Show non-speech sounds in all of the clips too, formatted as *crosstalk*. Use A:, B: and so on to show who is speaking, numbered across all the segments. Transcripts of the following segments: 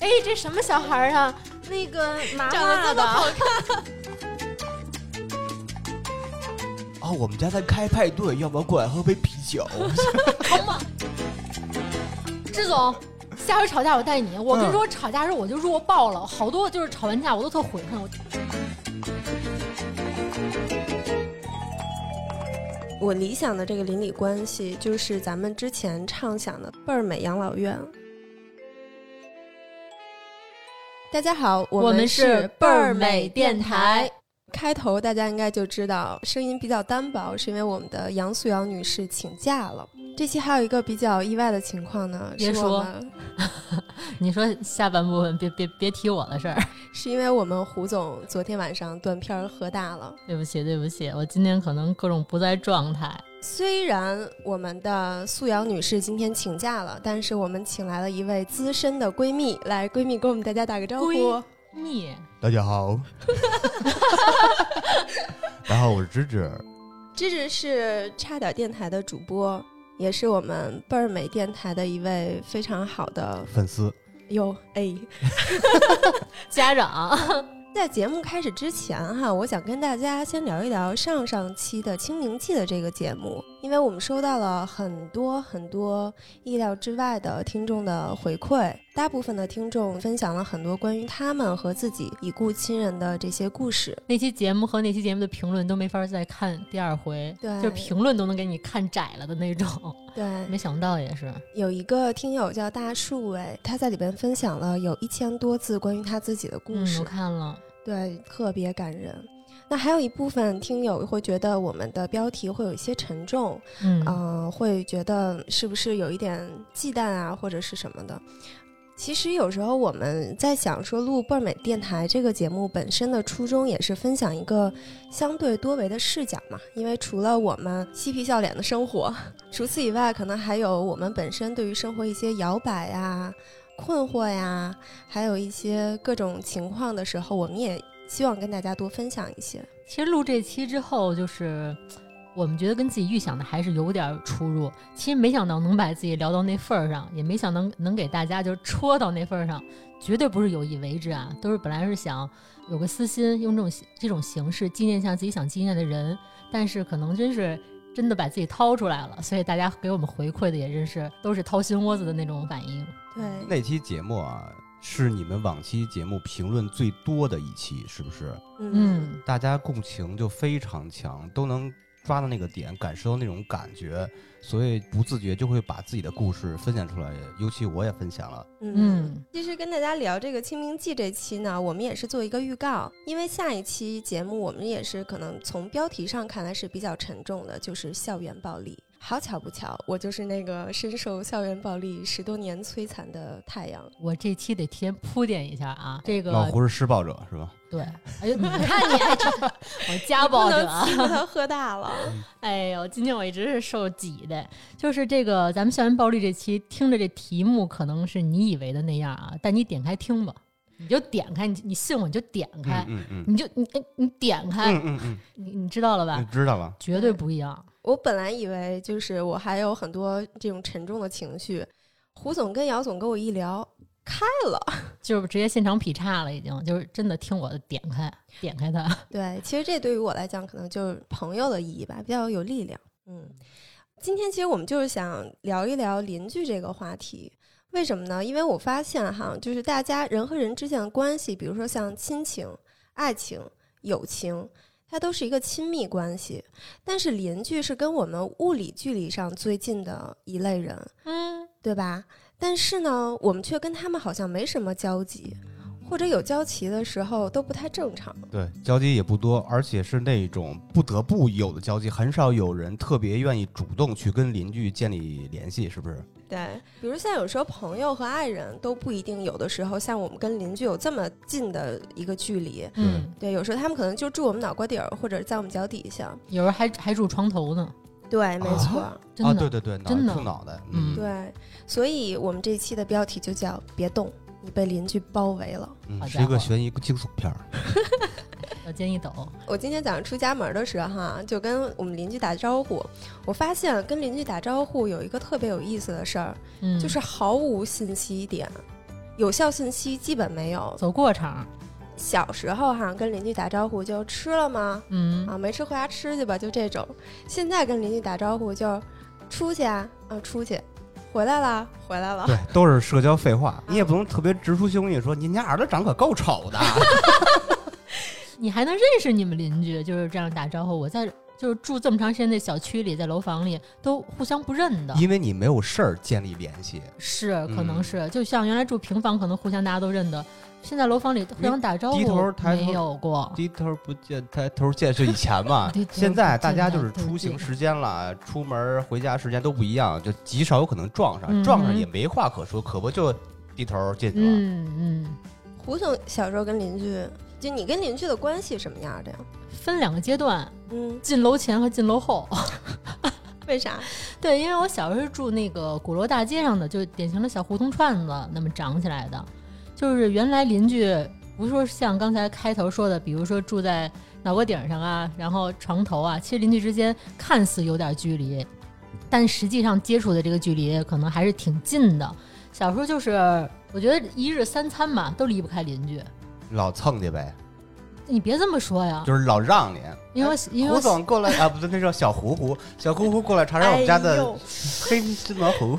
A: 哎，这什么小孩儿啊？那个麻
B: 长得
A: 辣
B: 这么好
A: 的，
B: 看，
C: 啊，我们家在开派对，要不要过来喝杯啤酒？
D: 志总， *laughs* 下回吵架我带你。
E: 嗯
D: 我跟你说，吵架的时候我就弱爆了，好多就是吵完架我都特悔恨。我
E: 我理想的这个邻里关系，就是咱们之前畅想的倍儿美养老院。大家好，我们是倍儿美电台。。开头大家应该就知道，声音比较单薄，是因为我们的杨素瑶女士请假了。这期还有一个比较意外的情况呢，
D: 别
E: 是
D: 说
E: 我们
D: 你说下半部分别别别提我的事儿，
E: 是因为我们胡总昨天晚上断片儿喝大了。
D: 对不起对不起，我今天可能各种不在状态。
E: 虽然我们的素瑶女士今天请假了，但是我们请来了一位资深的闺蜜，来，闺蜜给我们大家打个招呼
D: 闺。蜜，
C: *laughs* 大家 *laughs* 好，大家好，我是芝芝。
E: 芝芝是差点电台的主播，也是我们倍儿美电台的一位非常好的
C: 粉丝，
E: 哟哎。
D: 家长， *laughs*
E: 在节目开始之前哈，我想跟大家先聊一聊上上期的《清明祭》的这个节目，因为我们收到了很多很多意料之外的听众的回馈，大部分的听众分享了很多关于他们和自己已故亲人的这些故事。
D: 那期节目和那期节目的评论都没法再看第二回，
E: 对
D: 就是评论都能给你看窄了的那种。
E: 对，
D: 没想到也是，
E: 有一个听友叫大树哎，他在里边分享了有一千多字关于他自己的故
D: 嗯，
E: 事。
D: 我看了，
E: 对，特别感人。那还有一部分听友会觉得我们的标题会有一些沉重，
D: 嗯，
E: 嗯、会觉得是不是有一点忌惮啊，或者是什么的。其实有时候我们在想说录倍儿美电台这个节目本身的初衷也是分享一个相对多维的视角嘛，因为除了我们嬉皮笑脸的生活， *laughs* 除此以外，可能还有我们本身对于生活一些摇摆呀、困惑呀、还有一些各种情况的时候，我们也希望跟大家多分享一些。
D: 其实录这期之后，就是我们觉得跟自己预想的还是有点儿出入。其实没想到能把自己聊到那份儿上，也没想到能能给大家就是戳到那份儿上，绝对不是有意为之啊，都是本来是想有个私心，用这种形这种形式纪念一下自己想纪念的人，但是可能真是。真的把自己掏出来了，所以大家给我们回馈的也真是都是掏心窝子的那种反应。
E: 对，
C: 那期节目啊，是你们往期节目评论最多的一期，是不是？
D: 嗯，
C: 大家共情就非常强，都能抓到那个点，感受到那种感觉，所以不自觉就会把自己的故事分享出来。尤其我也分享了，
D: 嗯，
E: 其实跟大家聊这个《清明祭》这期呢，我们也是做一个预告，因为下一期节目我们也是可能从标题上看来是比较沉重的，就是校园暴力。好巧不巧，我就是那个深受校园暴力十多年摧残的太阳。
D: 我这期得提前铺垫一下啊，这个
C: 老胡是施暴者是吧？
D: 对，哎呦，你看你，哎这我家暴者啊，
E: 不能喝大了，
C: 嗯
D: *laughs* 哎呦，今天我一直是受挤的，就是这个咱们校园暴力这期，听着这题目可能是你以为的那样啊，但你点开听吧，你就点开，你你信我，你就点开，
C: 嗯嗯嗯
D: 你就你哎你点开，
C: 嗯嗯嗯
D: 你你知道了吧？
C: 嗯，知道了。
D: 绝对不一样，
E: 我本来以为就是我还有很多这种沉重的情绪，胡总跟姚总跟我一聊，开了。
D: 就是直接现场劈叉了，已经就是真的听我的，点开点开它，
E: 对，其实这对于我来讲，可能就是朋友的意义吧，比较有力量。嗯，今天其实我们就是想聊一聊邻居这个话题。为什么呢？因为我发现哈，就是大家人和人之间的关系，比如说像亲情、爱情、友情，它都是一个亲密关系。但是邻居是跟我们物理距离上最近的一类人，
D: 嗯，
E: 对吧？但是呢，我们却跟他们好像没什么交集，或者有交集的时候都不太正常。
C: 对，交集也不多，而且是那种不得不有的交集，很少有人特别愿意主动去跟邻居建立联系，是不是？
E: 对，比如像有时候朋友和爱人都不一定，有的时候像我们跟邻居有这么近的一个距离，
D: 嗯，
E: 对，有时候他们可能就住我们脑瓜顶儿或者在我们脚底下，
D: 有人还还住床头呢，
E: 对，没错，
D: 真
C: 啊，
D: 的，
C: 对对对，脑
D: 真
C: 袋
D: 的
C: 碰脑袋，
E: *laughs*
D: 嗯
E: 对，所以我们这期的标题就叫“别动，你被邻居包围了
C: 嗯
D: 好
C: 嗯，是
D: 家
C: 一个
D: 伙 *laughs*
C: 悬疑惊悚片儿。
D: 要肩一抖，
E: 我今天早上出家门的时候哈，就跟我们邻居打招呼，我发现跟邻居打招呼有一个特别有意思的事儿，
D: 嗯，
E: 就是毫无信息点，有效信息基本没有。
D: 走过场，
E: 小时候哈，跟邻居打招呼就吃了吗？
D: 嗯，
E: 啊，没吃回家吃去吧，就这种。现在跟邻居打招呼就出去啊，啊出去，回来了，回来了。
C: 对，都是社交废话。你也不能特别直抒胸臆说您家儿子长可够丑的，
D: 你还能认识你们邻居，就是这样打招呼。我在就是住这么长时间的小区里，在楼房里都互相不认的，
C: *laughs* 因为你没有事儿建立联系。
D: 是可
C: 嗯
D: 能是、就像原来住平房，可能互相大家都认得，现在楼房里互相打招呼
C: 低头抬头
D: 没有过，
C: 低头不见抬头见是以前嘛
D: 哦 *laughs* 低，头
C: 现在大家就是
D: 不见抬头
C: 出行
D: 见
C: 时间了，出门回家时间都不一样，就极少有可能撞上，
D: 嗯
C: 撞上也没话可说，可不就低头进去了。
D: 嗯嗯，
E: 胡总小时候跟邻居，就你跟邻居的关系什么样的呀？
D: 分两个阶段，
E: 嗯，
D: 进楼前和进楼后。
E: 为啥？
D: 对，因为我小时候是住那个鼓楼大街上的，就是典型的小胡同串子那么长起来的，就是原来邻居不是说像刚才开头说的，比如说住在脑瓜顶上啊，然后床头啊，其实邻居之间看似有点距离，但实际上接触的这个距离可能还是挺近的。小时候就是我觉得一日三餐嘛都离不开邻居，
C: 老蹭去呗，
D: 你别这么说呀，
C: 就是老让你。
D: 因为我啊因为
C: 胡
D: 我
C: 总
D: *laughs*
C: 过来啊，不对，那叫小胡胡，小胡胡过来尝尝我们家
E: 哎
C: 的
E: 呦
C: 黑芝麻
D: *laughs*
C: 糊。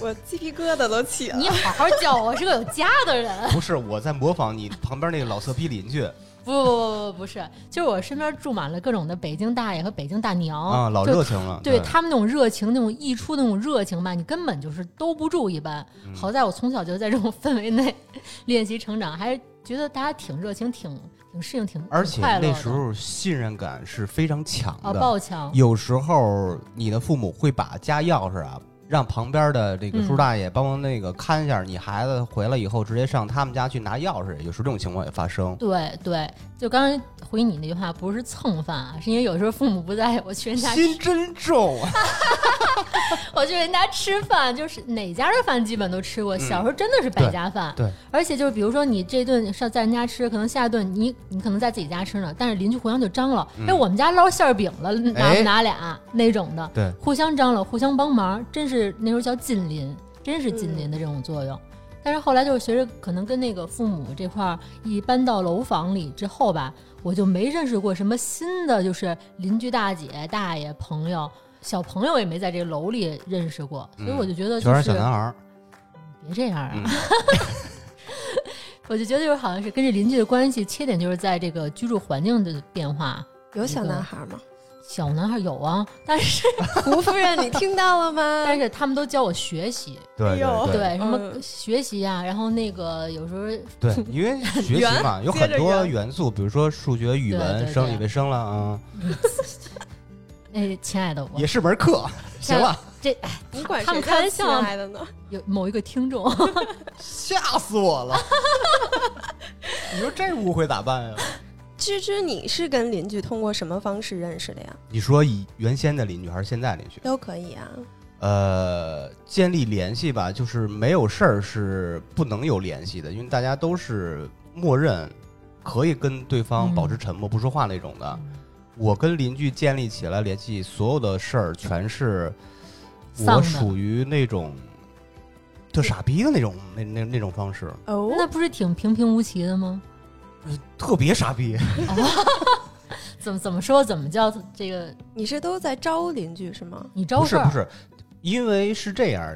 E: 我鸡皮疙瘩都起了。
D: 你好好叫我是个有家的人。
C: 不是，我在模仿你旁边那个老色批邻居
D: 不不不不不是，就是我身边住满了各种的北京大爷和北京大娘
C: 啊，老
D: 哦就
C: 热情了。
D: 对他们那种热情，那种溢出那种热情吧，你根本就是兜不住一般。
C: 嗯
D: *laughs* 好在我从小就在这种氛围内 *laughs* 练习成长，还是觉得大家挺热情，挺挺适应，挺
C: 而
D: 挺
C: 且
D: 快乐
C: 那
D: 的
C: 时候信任感是非常强
D: 啊，
C: 的。
D: 爆强，
C: 有时候你的父母会把家钥匙啊，让旁边的这个
D: 嗯
C: 叔大爷帮忙那个看一下，你孩子回来以后直接上他们家去拿钥匙，有时候这种情况也发生。
D: 对对，就刚才回你那句话，不是蹭饭啊，是因为有时候父母不在，我去人家
C: 心真重啊！
D: 我去人家吃饭，就是哪家的饭基本都吃过。
C: 嗯
D: 小时候真的是百家饭，
C: 对对
D: 而且就是比如说你这顿上在人家吃，可能下一顿你你可能在自己家吃呢，但是邻居互相就张罗，
C: 嗯
D: 哎，我们家捞馅儿饼了，拿
C: 哎
D: 不拿俩那种的，
C: 对，
D: 互相张罗，互相帮忙，真是那时候叫近邻，真是近邻的这种作
C: 嗯
D: 用。但是后来就是随着可能跟那个父母这块儿一搬到楼房里之后吧，我就没认识过什么新的，就是邻居大姐、大爷、朋友、小朋友也没在这楼里认识过，所以
C: 嗯
D: 我就觉得就
C: 全是
D: 是
C: 小男孩儿，
D: 别这样啊，
C: 嗯
D: *laughs* 我就觉得就是好像是跟这邻居的关系缺点就是在这个居住环境的变化。
E: *laughs* 有小男孩吗？
D: 小男孩有啊，但是
E: *laughs* 胡夫人，你听到了吗？
D: 但是他们都教我学习，
C: 对
E: 哎呦
C: 对
D: 对什么
E: 嗯
D: 学习呀、然后那个有时候
C: *laughs* 对，对因为学习嘛，有很多元素，比如说数学、语
D: 对对
C: 文、
D: 对
C: 生理卫生了啊，
D: 哎，亲爱的，我
C: 也是门 *laughs* 课。行了，
E: *laughs* 你管
D: 他
E: 谁
D: 们
E: 叫
D: 开玩
E: 亲
D: 笑
E: 爱的呢？
D: 有某一个听众，
C: 吓死我 *laughs* 了！你说这误会咋办呀？
E: 芝芝，你是跟邻居通过什么方式认识的呀？
C: 你说以原先的邻居还是现在邻居？
E: 都可以啊。
C: 呃，建立联系吧，就是没有事儿是不能有联系的，因为大家都是默认可以跟对方保持沉默、不说话那种的。我跟邻居建立起来联系，所有的事儿全是
D: 丧
C: 我
D: 的
C: 属于那种特傻逼的那种那那那种方式，
E: 哦
D: *laughs* 那不是挺平平无奇的吗？
C: 特别傻逼。
D: 怎么怎么说怎么叫这个
E: 你是都在招邻居是吗？
D: 你招
C: 不是
D: 事儿？
C: 不是，因为是这样，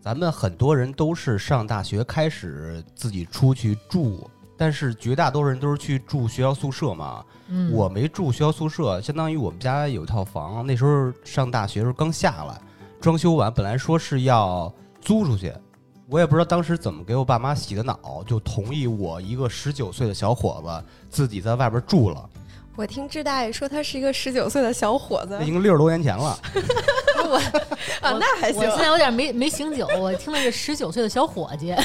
C: 咱们很多人都是上大学开始自己出去住，但是绝大多数人都是去住学校宿舍嘛。
D: 嗯，
C: 我没住学校宿舍，相当于我们家有一套房，那时候上大学时候刚下来，装修完本来说是要租出去。我也不知道当时怎么给我爸妈洗的脑，就同意我一个十九岁的小伙子自己在外边住了，
E: 我听志大爷说他是一个十九岁的小伙子
C: 那已经六十多年前
D: *laughs*
C: 了。
E: 啊，那还行
D: 我。现在有点没没醒酒，我听的是十九岁的小伙
E: *laughs*
D: 计，
E: 啊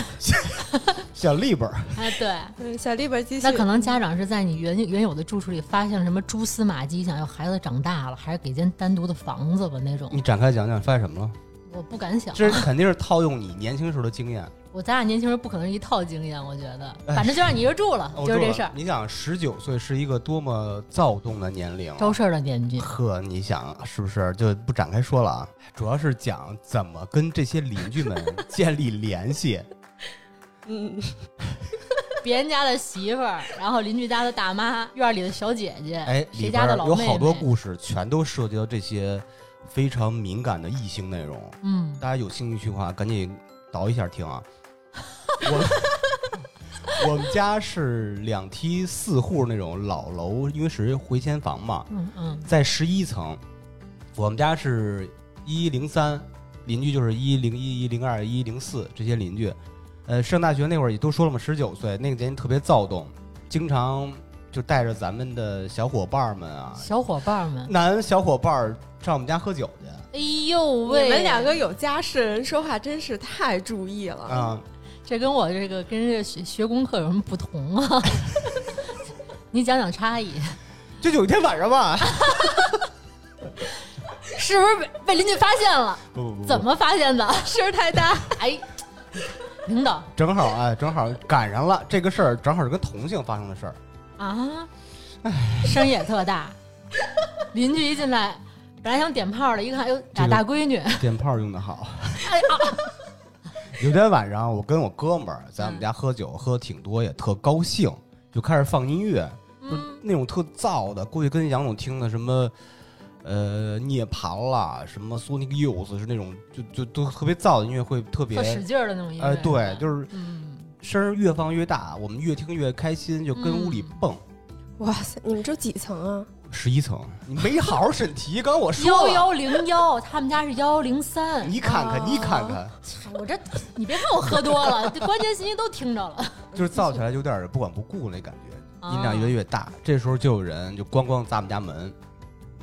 C: 小立本儿，
D: 哎，对。
E: 嗯，小立本继续
D: 那。可能家长是在你原原有的住处里发现了什么蛛丝马迹，想要孩子长大了，还是给间单独的房子吧那种。 *laughs*
C: 你展开讲讲发现什么了？
D: 我不敢想，
C: 这肯定是套用你年轻时候的经验。
D: 我咱俩年轻人不可能是一套经验，我觉得，
C: 哎
D: 反正就让你一人住
C: 哦
D: 了，就是这事儿。
C: 你想，十九岁是一个多么躁动的年龄啊，
D: 招事儿的年纪，
C: 呵，你想是不是就不展开说了啊？主要是讲怎么跟这些邻
D: *laughs*
C: 居们建立联系。
E: 嗯，
D: 别人家的媳妇儿，然后邻居家的大妈，院里的小姐姐，
C: 哎，里
D: 谁
C: 边
D: 家的
C: 儿
D: 老
C: 有
D: 妹妹，
C: 好多故事，全都涉及到这些非常敏感的异性内容。
D: 嗯，
C: 大家有兴趣的话，赶紧倒一下听
D: *laughs*
C: 啊。我我们家是两梯四户那种老楼，因为是回迁房嘛，
D: 嗯嗯
C: 在十一层。我们家是一零三，邻居就是一零一、一零二、一零四这些邻居。呃，上大学那会儿也都说了嘛，十九岁那个年纪特别躁动，经常就带着咱们的小伙伴们啊，
D: 小伙伴们，
C: 男小伙伴儿上我们家喝酒去。
D: 哎呦
E: 你
D: 喂，
E: 们两个有家室人说话真是太注意了。
C: 啊、
D: 这跟我这个跟人家学学功课有什么不同 *laughs* 啊？你讲讲差异，
C: 就有一天晚上
D: 啊
C: 吧，
D: 是不是被被邻居发现了？
C: 不不不不，
D: 怎么发现的？
E: 声儿太大，
D: 哎，领导
C: 正好哎，正好赶上了这个事儿，正好是跟同性发生的事儿。
D: 啊，声也特大，邻居一进来，本来想点炮的，一看，哟，俩
C: 这个
D: 大闺女，
C: 电炮用的好。 *laughs* 有天晚上，我跟我哥们儿在我们家喝酒，喝挺多，也特高兴，就开始放音乐，就是
D: 嗯，
C: 那种特燥的。过去跟杨总听的什么，呃，涅槃啦，什么 Sonic Youth 是那种，就就都特别燥的音乐会，特别
D: 特使劲儿的那种音乐，
C: 哎，对，就是
D: 嗯，
C: 声儿越放越大，我们越听越开心，就跟屋里
D: 嗯
C: 蹦。
E: 哇塞，你们这几层啊？
C: 十一层，你没好好审题，刚刚我说
D: 幺
C: 了，
D: 幺零幺，他们家是幺零三，
C: 你看看，你看看。
D: 我这你别看我喝多了，这关键信息都听着了，
C: 就是造起来有点儿不管不顾那感觉，
D: 啊
C: 音量越来越大。这时候就有人就咣咣砸我们家门，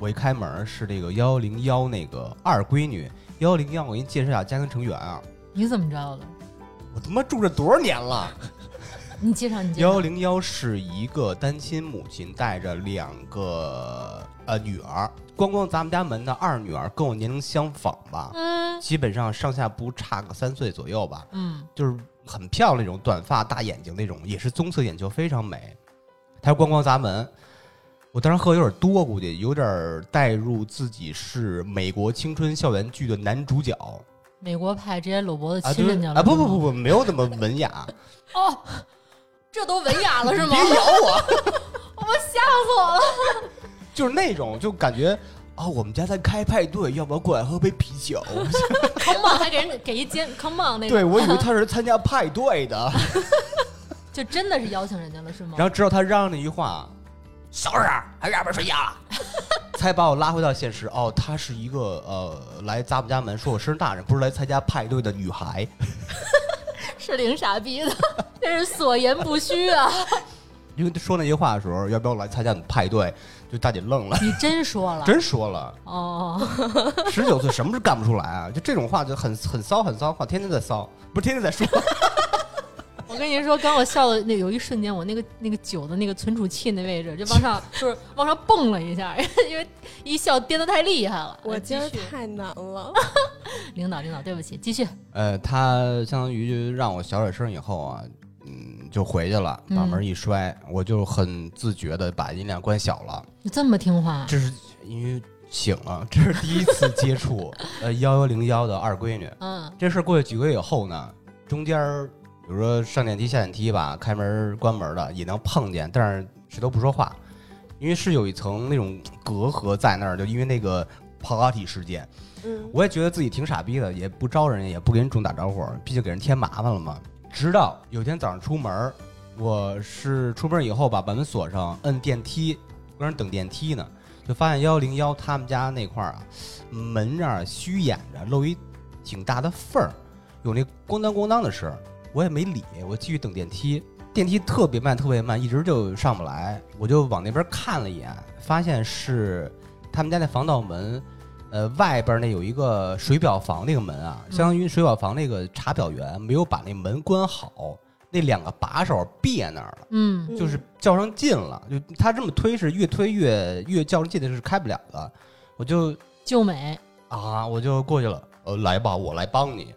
C: 我一开门是这个幺零幺那个二闺女，幺零幺我给你介绍一下家庭成员啊，
D: 你怎么知道的？
C: 我他妈住这多少年了？
D: 你介绍，你介
C: 幺
D: 绍。
C: 零幺是一个单亲母亲带着两个呃女儿，咣咣砸我们家门的二女儿跟我年龄相仿吧，
D: 嗯
C: 基本上上下不差个三岁左右吧。
D: 嗯，
C: 就是很漂亮那种，短发大眼睛那种，也是棕色眼球，非常美。她咣咣砸门，我当时喝有点多，估计有点儿带入自己是美国青春校园剧的男主角
D: 美国派直接搂脖子
C: 啊，
D: 亲
C: 就是
D: 人家了
C: 啊，不不不不，没有那么文雅，
D: *laughs* 哦，这都文雅了是吗
C: 别？咬我，
D: *laughs* 我吓死我了！
C: *laughs* 就是那种就感觉啊，我们家在开派对，要不要过来喝杯啤酒？
D: *laughs* Come on，还给人给
C: *laughs*
D: 一肩 Come on 那种，
C: 对我以为他是参加派对的，
D: 就真的是邀请人家了是吗
C: 然？后直到他嚷嚷那句话，小点儿，还让不让睡觉了？ *laughs* 才把我拉回到现实。哦，她是一个呃，来咱们家门说我声大人，不是来参加派对的女孩。
D: 是挺傻逼的， *laughs* 这是所言不虚啊！
C: *laughs* 因为她说那句话的时候，要不要来参加你派对？就大姐愣 *laughs* 了，
D: 你真说了
C: 真说了，
D: *laughs* 哦， *laughs*
C: 十九岁什么是干不出来啊？就这种话就很很骚很骚话，天天在骚，不是天天在说。
D: 我跟你说，刚我笑的那有一瞬间，我那个那个酒的那个存储器那位置就往上，就是往上蹦了一下， *laughs* 因为一笑颠的太厉
C: *laughs*
D: 害了。哎
E: 我
D: 继
E: 今儿
D: 续，
E: 太难了。
D: 领导领导，对不起，继续。
C: *laughs* 呃，她相当于就让我小点声以后啊，嗯，就回去了，把门一摔，我就很自觉的把音量关小了。
D: 你这么听话，啊
C: 这是因为醒了，这是第一次接触呃幺幺零幺的二闺女。
D: 嗯
C: 这事儿过去几个月以后呢，中间儿比如说上电梯、下电梯吧，开门、关门的也能碰见，但是谁都不说话，因为是有一层那种隔阂在那儿，就因为那个 party 事件，
E: 嗯，
C: 我也觉得自己挺傻逼的，也不招人，也不给人主动打招呼，毕竟给人添麻烦了嘛。直到有一天早上出门儿，我是出门以后吧，把门锁上，摁电梯，跟人等电梯呢，就发现幺零幺他们家那块儿啊，门那儿虚掩着，露一挺大的缝儿，有那咣当咣当的声儿。我也没理，我继续等电梯。电梯特别慢，特别慢，一直就上不来。我就往那边看了一眼，发现是他们家那防盗门，呃，外边那有一个水表房那个门啊，
D: 嗯
C: 相当于水表房那个查表员没有把那门关好，那两个把手别那儿了，
D: 嗯，
E: 嗯
C: 就是较上劲了。就他这么推是越推越越较上劲的是开不了的。我就
D: 救美，
C: 啊，我就过去了，呃，来吧，我来帮你。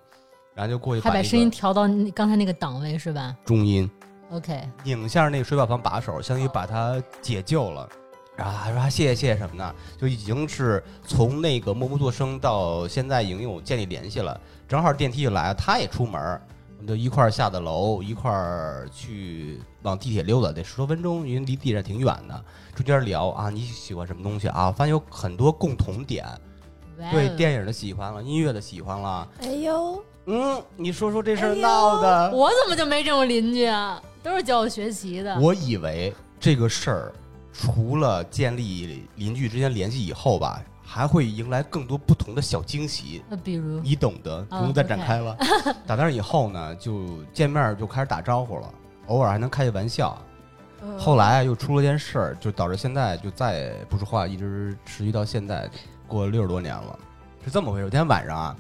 C: 然后就过去
D: 还把
C: 那
D: 声音
C: 个
D: 调到你刚才那个档位是吧
C: 中音
D: ？OK，
C: 拧一下那个水表房把手，相当于把他解救了。然后还说啊谢谢谢谢什么的，就已经是从那个默不作声到现在已经有建立联系了。正好电梯一来，他也出门儿，我们就一块儿下的楼，一块儿去往地铁溜达，得十多分钟，因为离地铁站挺远的。中间聊啊，你喜欢什么东西啊？发现有很多共同点，
D: 哇
C: 对
E: 嗯
D: 哦
C: 电影的喜欢了，音乐的喜欢了。
E: 哎呦，
C: 嗯，你说说这事
E: 哎
C: 儿
E: 呦
C: 闹的，
D: 我怎么就没这种邻居啊？都是教我学习的。
C: 我以为这个事儿除了建立邻居之间联系以后吧，还会迎来更多不同的小惊喜，
D: 那比如，
C: 你懂得，不
D: 啊
C: 用再展开了。 *laughs* 打那儿以后呢，就见面就开始打招呼了，偶尔还能开些玩笑。
E: 嗯
C: 后来啊又出了件事儿，就导致现在就再也不说话，一直持续到现在，过了六十多年了，是这么回事。有天晚上啊，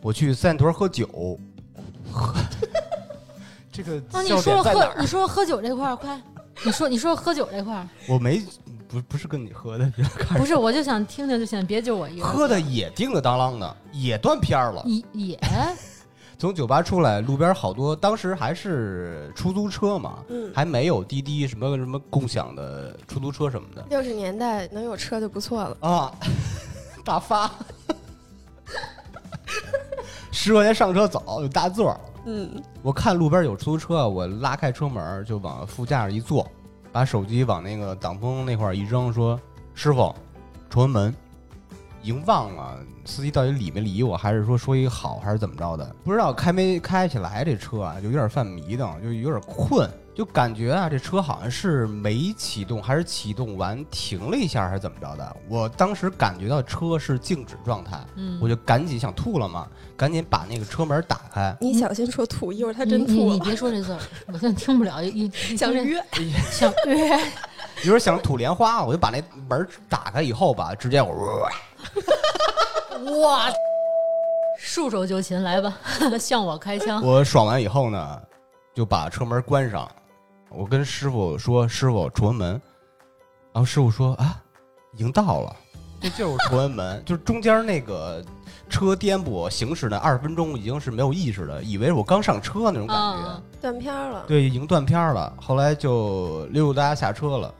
C: 我去三里屯喝酒， *laughs* 喝这个
D: 啊，你
C: 笑
D: 哦说
C: 点
D: 说
C: 在哪
D: 喝，
C: 儿？
D: 你说说喝酒这块儿，快，你说你说喝酒这
C: *laughs*
D: 块儿，
C: 我没不不是跟你喝的，
D: 不是，我就想听听就行，别就我一个人
C: 喝的也叮了当啷的，也断片儿了。
D: 也也，
C: 从酒吧出来，路边好多，当时还是出租车嘛，
E: 嗯，
C: 还没有滴滴什么什么共享的出租车什么的
E: 六十年代能有车就不错了。
C: 啊， *laughs* 大发， *laughs* 十块钱上车走，有大座儿。
E: 嗯，
C: 我看路边有出租车，我拉开车门儿就往副驾上一坐，把手机往那个挡风那块儿一扔，说：“师傅，崇文门。”已经忘了司机到底理没理我，还是说说一好，还是怎么着的？不知道开没开起来这车啊，就有点犯迷瞪，就有点困，就感觉啊这车好像是没启动，还是启动完停了一下，还是怎么着的？我当时感觉到车是静止状态，
D: 嗯，
C: 我就赶紧想吐了嘛，赶紧把那个车门打开，
E: 你小心说吐，一会儿他
D: 你
E: 真
D: 你
E: 吐
D: 你
E: 了。
D: 别说这字儿，我现在听不了，一一
E: 想
D: 听
E: 约，
D: 这 *laughs* 想约，
C: 有点想吐莲花，我就把那门打开以后吧，直接我
D: 哇，束手就擒，来吧， *laughs* 向我开枪，
C: 我爽完以后呢，就把车门关上。我跟师傅说：“师傅，崇文门。”然后师傅说：“啊，已经到了，这就是崇文门，就是中间那个车颠簸行驶的二十分钟，已经是没有意识的，以为我刚上车那种感觉。
D: 啊，
E: *laughs* 断片儿了。
C: 对，已经断片儿了。后来就溜达下车了。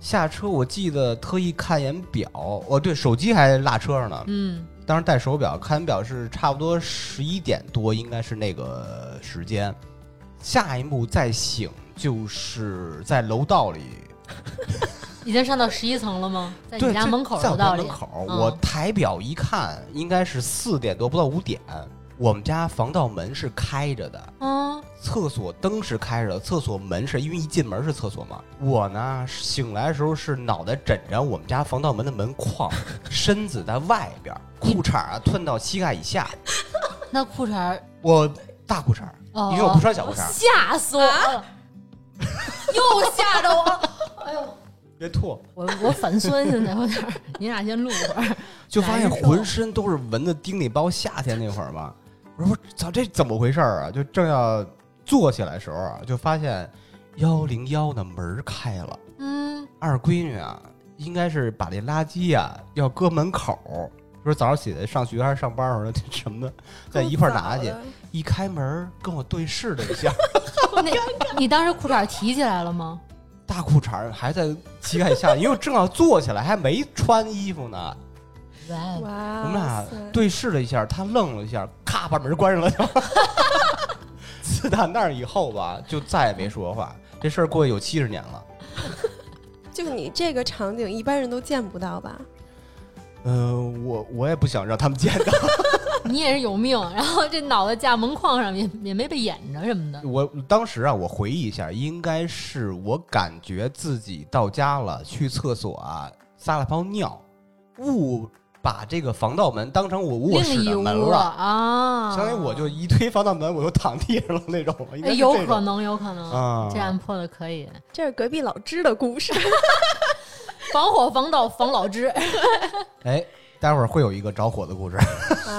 C: 下车我记得特意看一眼表，哦，对，手机还落车上呢。
D: 嗯，
C: 当时戴手表，看完表是差不多十一点多，应该是那个时间。下一幕再醒就是在楼道里，
D: 已经上到十一层了吗？在
C: 对，
D: 你家
C: 就
D: 门口
C: 在
D: 楼
C: 我家
D: 道里
C: 门，口，
D: 嗯
C: 我抬表一看，应该是四点多，不到五点。我们家防盗门是开着的，
D: 嗯，
C: 厕所灯是开着的，厕所门是因为一进门是厕所嘛。我呢醒来的时候是脑袋枕着我们家防盗门的门框， *laughs* 身子在外边，裤衩啊褪到膝盖以下。
D: 那裤衩儿，
C: 我大裤衩儿，
D: 哦，
C: 你说我不穿小裤衩儿，
D: 吓死我了，又吓着我了。
C: 别吐，
D: 我我反酸现在有点儿，你俩先录会儿。
C: 就发现
D: 难受
C: 浑身都是蚊子叮那包。夏天那会儿嘛，我说操，这怎么回事儿啊？就正要坐起来的时候啊，就发现幺零幺的门儿开了。
D: 嗯，
C: 二闺女啊，应该是把这垃圾啊要搁门口儿，说早上起来上学还是上班儿什么什么的，再一块儿拿去嗯
E: 够早。的
C: 一开门儿跟我对视了一下，
D: 那你当时裤衩儿提起来了吗？
C: 大裤衩儿还在膝盖下，因为我正要坐起来，还没穿衣服呢。
D: 哇，
E: 哇，
C: 我们俩对视了一下，他愣了一下，咔把门关上了。 *laughs* 自打那儿以后吧，就再也没说话。这事儿过去有七十年了。
E: 就你这个场景，一般人都见不到吧？
C: 嗯、我我也不想让他们见到
D: 你也是有命，然后这脑袋架门框上也也没被掩着什么的。
C: *laughs* 我。当时啊，我回忆一下，应该是我感觉自己到家了，去厕所啊撒了泡尿，误把这个防盗门当成我卧
D: 另
C: 室
D: 一
C: 的
D: 屋
C: 门了，
D: 啊，
C: 相当于我就一推防盗门，我就躺地上了那种。应该
D: 哎
C: 是
D: 有
C: 这
D: 可
C: 种
D: 能，有可能，
C: 啊，
D: 这样破的可以，
E: 这是隔壁老支的故 *laughs* 事。
D: 防火防盗防老支。
C: 哎，待会儿会有一个着火的故事。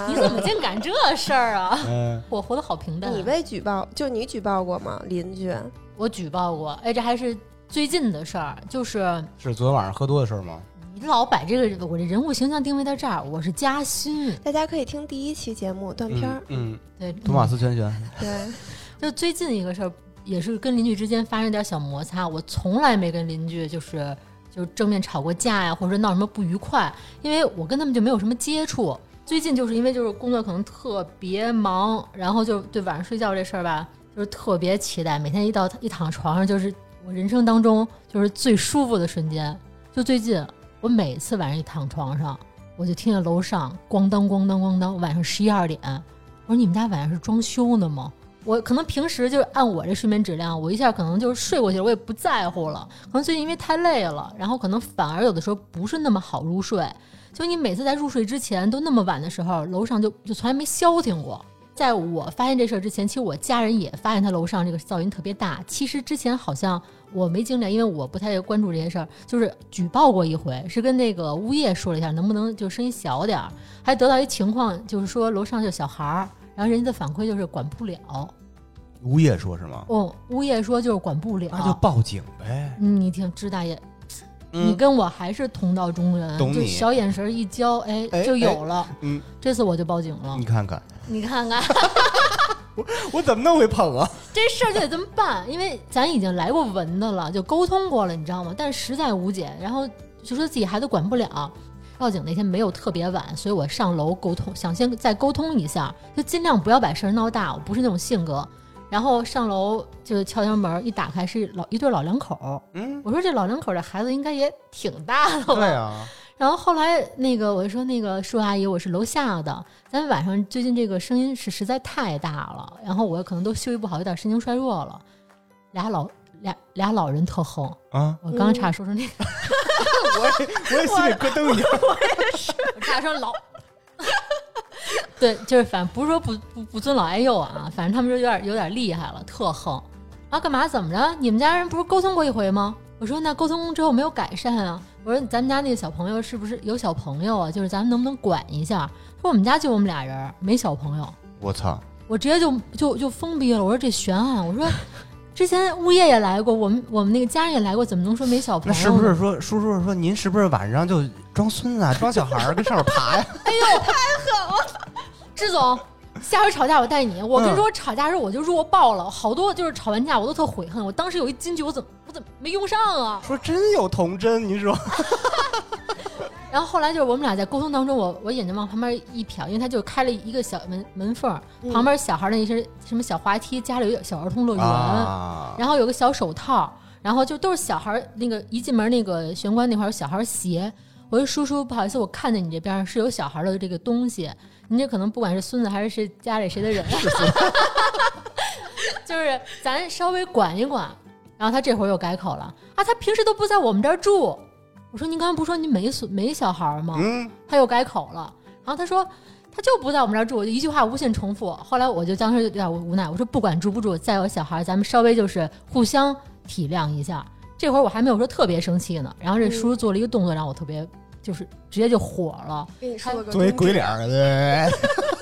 D: 你怎么竟敢这事儿啊？ *laughs*
C: 嗯，
D: 我活得好平淡啊。
E: 你被举报？就你举报过吗？邻居？
D: 我举报过，哎，这还是最近的事儿，就是
C: *laughs* 是昨天晚上喝多的事儿吗？
D: 你老摆这个我这人物形象定位到这儿，我是嘉欣。
E: 大家可以听第一期节目断片儿
C: 嗯，嗯，
D: 对，
C: 托马斯全旋，嗯
E: 对，
D: 就最近一个事儿，也是跟邻居之间发生点小摩擦。我从来没跟邻居就是就是正面吵过架呀，或者说闹什么不愉快，因为我跟他们就没有什么接触。最近就是因为就是工作可能特别忙，然后就对晚上睡觉这事儿吧，就是特别期待，每天一到一躺床上就是我人生当中就是最舒服的瞬间。就最近，我每次晚上一躺床上，我就听见楼上咣当咣当咣当，晚上十一二点。我说你们家晚上是装修呢吗？我可能平时就是按我这睡眠质量，我一下可能就是睡过去了，我也不在乎了。可能最近因为太累了，然后可能反而有的时候不是那么好入睡。就你每次在入睡之前都那么晚的时候，楼上就就从来没消停过。在我发现这事儿之前，其实我家人也发现他楼上这个噪音特别大。其实之前好像我没经历，因为我不太关注这些事儿，就是举报过一回，是跟那个物业说了一下，能不能就声音小点儿，还得到一情况，就是说楼上有小孩儿，然后人家的反馈就是管不了。
C: 物业说是吗？
D: 哦，物业说就是管不了。
C: 那啊就报警呗。
D: 嗯你听，支大爷，你
C: 嗯
D: 跟我还是同道中人，
C: 懂
D: 就
C: 你
D: 小眼神一交，哎，
C: 哎
D: 就有了。
C: 嗯，
D: 这次我就报警了
C: 你。看看，
D: 你看看
C: *laughs* 我怎么那么会捧啊？
D: 这事儿就得这么办，因为咱已经来过文的了，就沟通过了，你知道吗？但是实在无解，然后就说自己孩子管不了。报警那天没有特别晚，所以我上楼沟通，想先再沟通一下，就尽量不要把事儿闹大，我不是那种性格。然后上楼就敲敲门，一打开是老一对老两口儿，
C: 嗯，
D: 我说这老两口儿这孩子应该也挺大的 *laughs*
C: 对
D: 吧？
C: 啊，
D: 然后后来那个我就说那个叔叔阿姨，我是楼下的，咱晚上最近这个声音是实在太大了，然后我可能都休息不好，有点神经衰弱了。俩老俩俩老人特横，
C: 啊，
D: 我刚刚差点说成那个，
C: 我也我也心里咯噔一下。
D: 我差点说老。 *laughs* 对，就是反正不是说不不不尊老爱幼啊，反正他们就有点有点厉害了，特横。然后干嘛？怎么着？你们家人不是沟通过一回吗？我说那沟通之后没有改善啊。我说咱们家那个小朋友是不是有小朋友啊？就是咱们能不能管一下？他说我们家就我们俩人儿，没小朋友。
C: *laughs* 我 *laughs* 操，
D: 我直接就就就封闭了。我说这悬案，我说之前物业也来过，我们我们那个家人也来过，怎么能说没小朋
C: 那
D: 友呢？
C: 是不是说叔叔说您是不是晚上就装孙子啊，装小孩儿跟上面爬呀？
D: 志总，下回吵架我带你。我跟你说，吵架时候我就弱爆了，好多就是吵完架我都特悔恨。我当时有一金句，我怎么我怎么没用上啊？
C: *laughs* 说真有童真，您说？
D: 然后后来就是我们俩在沟通当中，我我眼睛往旁边一瞟，因为他就开了一个小门门缝儿，旁边小孩儿那些什么小滑梯，家里有小儿童乐园，
C: 啊，
D: 然后有个小手套，然后就都是小孩儿那个一进门那个玄关那块儿有小孩儿鞋。我说叔叔，不好意思，我看见你这边儿是有小孩儿的这个东西，您这可能不管是孙子还是是家里谁的人，就是咱稍微管一管。然后他这会儿又改口了啊，他平时都不在我们这儿住。我说您刚才不说您没孙没小孩儿吗？
C: 嗯，
D: 他又改口了，然后他说他就不在我们这儿住，我就一句话无限重复。后来我就当时就有点无奈，我说不管住不住，再有小孩，咱们稍微就是互相体谅一下。这会儿我还没有说特别生气呢，然后这叔叔做了一个动作，让我特别就是直接就火了。
E: 给你说了个
C: 作为
E: 中
C: 鬼
E: 指
C: 脸儿，啊对，
D: *laughs*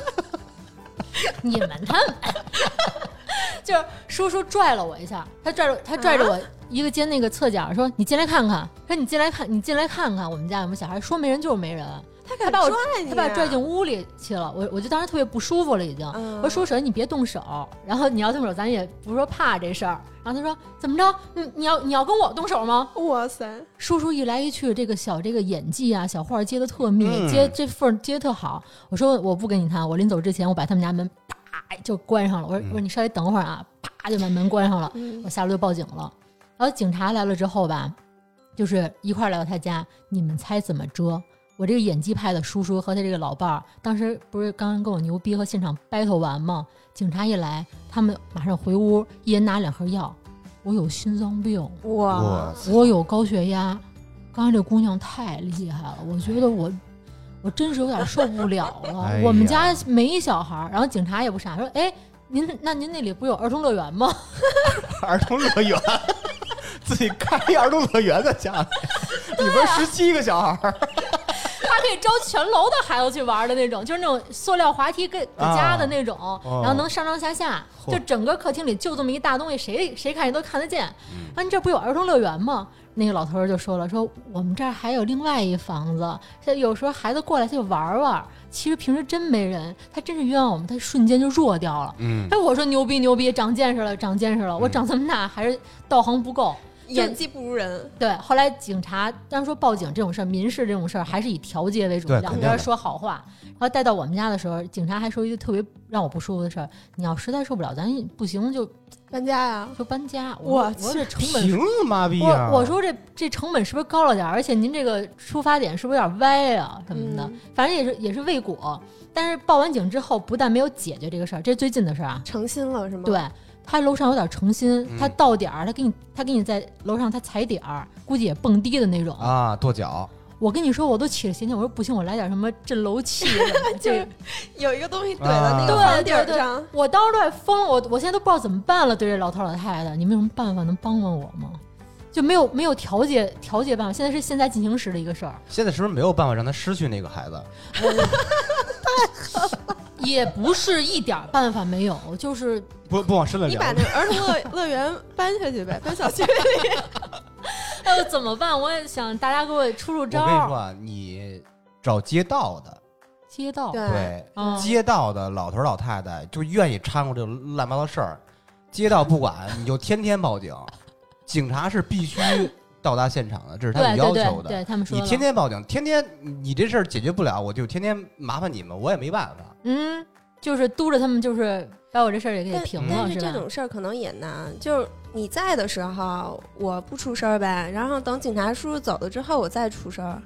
D: 你们他们， *laughs* 就是叔叔拽了我一下，啊他拽着他拽着我一个肩那个侧角，说你进来看看，说你进来看，你进来看看我们家有没有小孩，说没人就是没人。
E: 他
D: 他
E: 敢
D: 把我
E: 拽你，
D: 他把我拽进，屋里去了，我我就当时特别不舒服了，已经。
E: 嗯
D: 我说叔婶，你别动手，然后你要动手，咱也不是说怕这事儿。然后他说怎么着，嗯你你要你要跟我动手吗？
E: 哇塞，
D: 叔叔一来一去，这个小这个演技啊，小话接的特密，
C: 嗯
D: 接这缝儿接得特好。我说我不跟你谈，我临走之前我把他们家门啪就关上了。我说、我说你稍微等会儿啊，啪就把门关上了。
E: 嗯
D: 我下楼就报警了。然后警察来了之后吧，就是一块儿来到他家，你们猜怎么遮？我这个演技派的叔叔和他这个老伴儿，当时不是刚刚跟我牛逼和现场 battle 完吗？警察一来，他们马上回屋，一人拿两盒药。我有心脏病，
E: 哇
C: 我，
D: 我有高血压。刚才这姑娘太厉害了，我觉得我我真是有点受不了了。
C: *laughs* 哎呀
D: 我们家没小孩儿，然后警察也不傻，说：“哎，您那您那里不是有儿童乐园吗？”
C: *laughs* 儿童乐园，
D: 啊
C: 自己开一儿童乐园在家里，里边十七个小孩儿，
D: 他可以招全楼的孩子去玩的那种，就是那种塑料滑梯给给家的那种，然后能上上下下，
C: 啊哦嚯
D: 就整个客厅里就这么一大东西，谁谁看谁都看得见。
C: 嗯
D: 啊，你这不有儿童乐园吗？那个老头儿就说了，说我们这儿还有另外一房子，这有时候孩子过来他就玩玩，其实平时真没人，他真是冤枉我们，他瞬间就弱掉了。
C: 嗯，
D: 哎，我说牛逼牛逼，长见识了，长见识了，我
C: 嗯
D: 长这么大还是道行不够。
E: 演技不如人，
D: 对，后来警察当时说报警这种事儿，民事这种事儿还是以调解为主，
C: 对
D: 两
C: 肯定
D: 边
C: 的
D: 说好话。然后带到我们家的时候，警察还说一个特别让我不舒服的事儿：你要实在受不了，咱不行就
E: 搬家呀，
D: 就搬家。
E: 我
D: 我说我说这成本
C: 凭什么妈逼呀、
D: 我我说这这成本是不是高了点儿？而且您这个出发点是不是有点歪啊什么的？
E: 嗯
D: 反正也是也是未果。但是报完警之后，不但没有解决这个事儿，这是最近的事儿啊。
E: 诚心了是吗？
D: 对，他楼上有点诚心，
C: 嗯
D: 他到点儿，他给你他给你在楼上他踩点儿，估计也蹦迪的那种。
C: 啊，跺脚，
D: 我跟你说，我都起了邪念，我说不行，我来点什么镇楼 *laughs* 器什么的，
E: 就是
D: 这
E: 有一个东西怼
C: 啊
E: 到那个房顶上，
D: 我当时都快疯了，我我现在都不知道怎么办了。对这老头老太太，你们有什么办法能帮帮我吗？就没有没有调解调解办法，现在是现在进行时的一个事儿。
C: 现在是不是没有办法让他失去那个孩子？
D: 也不是一点儿办法没有，就是
C: 不不往深了
E: 你把
C: 聊，
E: 那儿童乐乐园搬下去呗，搬小
D: *laughs*
E: 区。
D: *laughs* 哎呦怎么办？我也想大家给我出出
C: 我
D: 招
C: 跟你说
D: 儿。
C: 啊，你找街道的，
D: 街道，
E: 对，
C: 对，
D: 嗯
C: 街道的老头儿老太太就愿意掺和这种乱八糟事儿，街道不管，你就天天报警，警察是必须到达现场的，这是他
D: 对
C: 们要
D: 对
C: 求
D: 对，
C: 的。
D: 对他们说
C: 你
D: 了，
C: 天天报警，天天你这事儿解决不了，我就天天麻烦你们，我也没办法。
D: 嗯，就是督着他们，就是把我这事儿也给
E: 但
D: 平了，
E: 但是这
D: 吧？
E: 种事儿可能也难，就是你在的时候我不出声儿呗，然后等警察叔叔走了之后我再出声儿，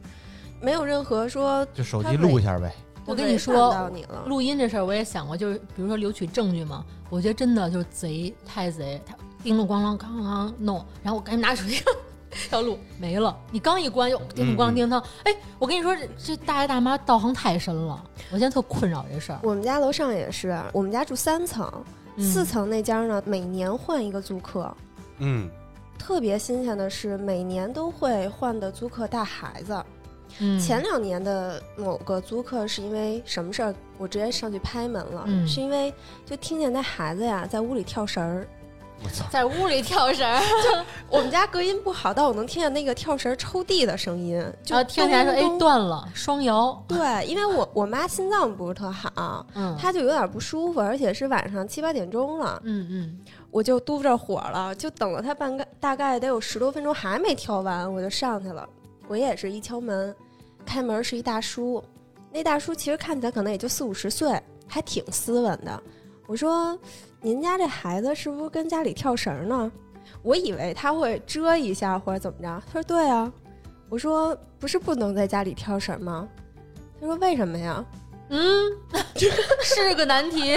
E: 没有任何说
C: 就手
E: 他
C: 机
E: 会
C: 录一下呗。
D: 我跟你说
E: 违反到你了，
D: 录音这事儿我也想过，就是比如说留取证据嘛，我觉得真的就是贼太贼，他叮铃咣啷咣啷弄，然后我赶紧拿手机 *laughs* 要录没了，你刚一关又叮铃咣啷叮当，哎，我跟你说这这大爷大妈道行太深了，我现在特困扰这事儿，
E: 我们家楼上也是，我们家住三层，
D: 嗯
E: 四层那家呢，每年换一个租客。
C: 嗯，
E: 特别新鲜的是，每年都会换的租客带孩子。
D: 嗯
E: 前两年的某个租客是因为什么事儿，我直接上去拍门了，
D: 嗯
E: 是因为就听见那孩子呀在屋里跳绳儿。
C: *laughs* 我操，
D: 在屋里跳绳儿，
E: 我们家隔音不好，但我能听见那个跳绳儿抽地的声音，就
D: 然后听起来说
E: 咚
D: 哎
E: 咚咚
D: 断了双摇，
E: 对，因为我我妈心脏不是特好，
D: 嗯，
E: 她就有点不舒服，而且是晚上七八点钟了，
D: 嗯嗯，
E: 我就嘟着火了，就等了他半个大概得有十多分钟，还没跳完，我就上去了。我也是一敲门，开门是一大叔，那大叔其实看起来可能也就四五十岁，还挺斯文的。我说：“您家这孩子是不是跟家里跳绳呢？”我以为他会遮一下或者怎么着，他说：“对啊。”我说：“不是不能在家里跳绳吗？”他说：“为什么呀？”
D: 是个难题。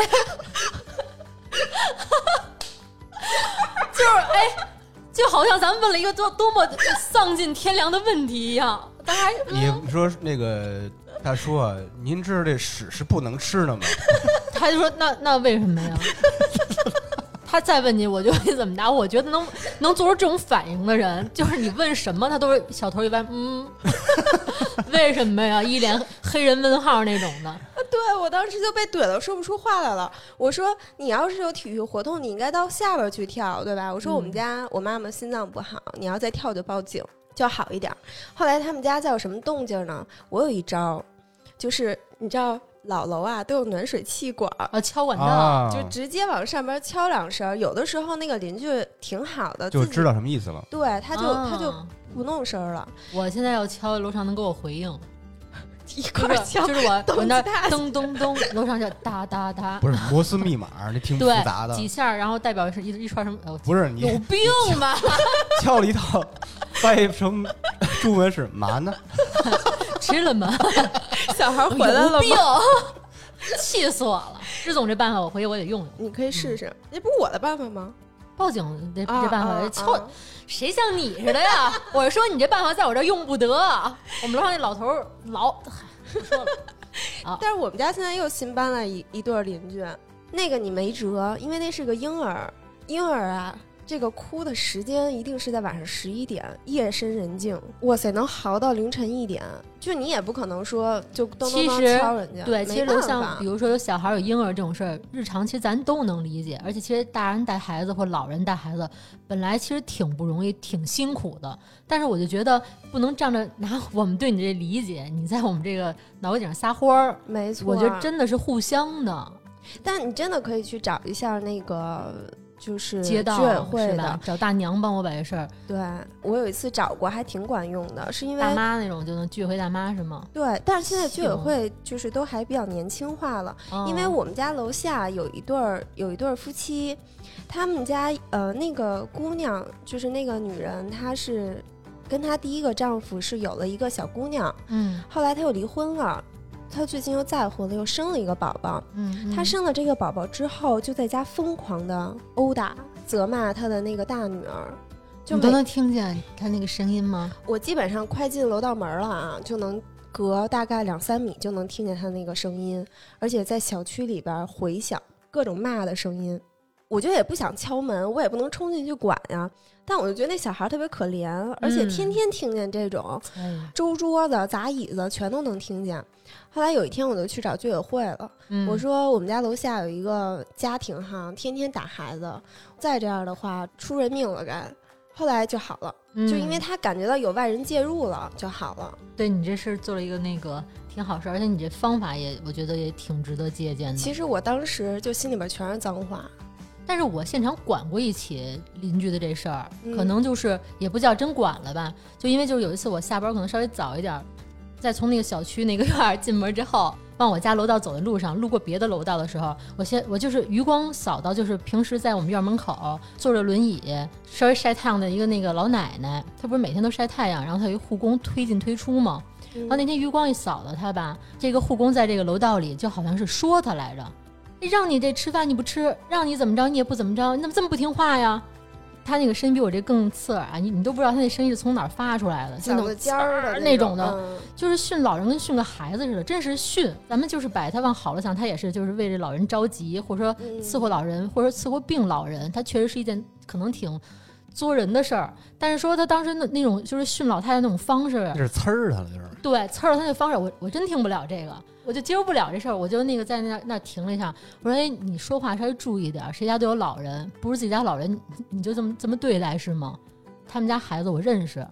D: 就是哎，就好像咱们问了一个多多么丧尽天良的问题一样，当然
C: 你说那个大叔啊，您知道这屎是不能吃的吗？
D: 他就说那那为什么
E: *laughs*
D: 呀？他再问你，我就会怎么答？我觉得能能做出这种反应的人，就是你问什么，他都是小头一歪，
E: *laughs*
D: 嗯，为什么呀？一脸黑人问号那种的。
E: *laughs* 对我当时就被怼的说不出话来了。我说你要是有体育活动，你应该到下边儿去跳，对吧？我说我们
D: 嗯
E: 家、我妈妈心脏不好，你要再跳就报警就好一点儿。后来他们家再有什么动静呢？我有一招儿，就是你知道老楼啊都有暖水气管儿。
D: 啊，敲管道，
C: 啊，
E: 就直接往上边儿敲两声儿，有的时候那个邻居挺好的，
C: 就
E: 自己
C: 知道什么意思了。
E: 对，他就、他就
D: 啊
E: 不弄声儿了，
D: 我现在要敲楼上能给我回应，
E: 一
D: 就
E: 块儿
D: 是啊
E: 敲
D: 就是我
E: 咚
D: 我那
E: 哒哒
D: 咚咚咚，楼上就哒哒哒，
C: 不是摩斯密码，那挺复
D: 对
C: 杂的。
D: 几下儿，然后代表是一一串什么？呃
C: 不是
D: 有
C: 你
D: 病吧？
C: 敲了一套，翻译成中文是嘛呢？
D: 吃了吗？
E: 小孩儿回来
D: 有
E: 了
D: 病
E: 吗？，
D: 气死我了！志总这办法我回去我得用用，
E: 你可以试
D: 嗯
E: 试，那不是我的办法吗？
D: 报警这
E: 啊
D: 这办
E: 啊
D: 法
E: 啊
D: 敲，谁像你似
E: *laughs*
D: 的呀？我是说你这办法在我这儿用不得。我们楼上那老头儿老，嗨不说了，
E: 但是我们家现在又新搬了一一对儿邻居，那个你没辙，因为那是个婴儿，婴儿啊这个哭的时间一定是在晚上十一点，夜深人静，哇塞，能嚎到凌晨一点，就你也不可能说就咚咚
D: 其实
E: 咚敲人家，
D: 对，
E: 没
D: 其实楼
E: 办
D: 像
E: 法
D: 比如说有小孩有婴儿这种事儿，日常其实咱都能理
E: 嗯
D: 解，而且其实大人带孩子或老人带孩子，本来其实挺不容易，挺辛苦的。但是我就觉得不能仗着拿我们对你这理解，你在我们这个脑瓜顶上撒欢儿，
E: 没错，
D: 我觉得，真的是互相的。
E: 但你真的可以去找一下那个就是
D: 街道
E: 居委会
D: 是吧
E: 的，？
D: 找大娘帮我把这事儿，
E: 对我有一次找过，还挺管用的，是因为
D: 大妈那种就能居委会大妈是吗？
E: 对，但是现在居委
D: 行
E: 会就是都还比较年轻化了。因为
D: 哦
E: 我们家楼下有一对儿有一对儿夫妻，他们家呃那个姑娘就是那个女人，她是跟她第一个丈夫是有了一个小姑娘，
D: 嗯
E: 后来她又离婚了，她最近又再婚了，又生了一个宝宝。
D: 嗯，
E: 她生了这个宝宝之后，就在家疯狂的殴打、责骂她的那个大女儿。就
D: 你都
E: 每
D: 能听见她那个声音吗？
E: 我基本上快进楼道门了啊，就能隔大概两三米就能听见他那个声音，而且在小区里边回响各种骂的声音。我就也不想敲门，我也不能冲进去管呀、但我就觉得那小孩特别可怜，而且天天听见这种
D: 哎呀，
E: 周桌子、砸椅子，全都能听见。后来有一天，我就去找居委会了，
D: 嗯
E: 我说我们家楼下有一个家庭哈，天天打孩子，再这样的话出人命了该。后来就好了。就因为
D: 嗯
E: 他感觉到有外人介入了就好了。
D: 对你这事儿做了一个那个挺好事儿，而且你这方法也我觉得也挺值得借鉴的。
E: 其实我当时就心里边全是脏话，
D: 但是我现场管过一起邻居的这事儿，
E: 嗯
D: 可能就是也不叫真管了吧，就因为就是有一次我下班可能稍微早一点儿，在从那个小区那个院儿进门之后，往我家楼道走的路上，路过别的楼道的时候，我先我就是余光扫到，就是平时在我们院门口坐着轮椅稍微晒太阳的一个那个老奶奶，她不是每天都晒太阳，然后她有一护工推进推出吗？然后啊那天余光一扫到他吧，这个护工在这个楼道里就好像是说他来着，哎让你这吃饭你不吃，让你怎么着你也不怎么着，你怎么这么不听话呀？他那个声音比我这更刺耳啊！你你都不知道他那声音是从哪儿发出来的，就
E: 嗓
D: 那种
E: 子
D: 啊
E: 尖儿的
D: 那
E: 种
D: 种的，就是训老人跟训个孩子似的，真是训。咱们就是把他往好了想，他也是就是为这老人着急，或者说
E: 嗯
D: 伺候老人，或者伺候病老人，他确实是一件可能挺作人的事儿。但是说他当时那那种就是训老太太那种方式，
C: 那是呲儿他了，就是
D: 对，刺儿他那方式，我我真听不了这个，我就接受不了这事儿，我就那个在那儿那儿停了一下，我说：“哎，你说话稍微注意点儿，谁家都有老人，不是自己家老人，你你就这么这么对待是吗？他们家孩子我认识，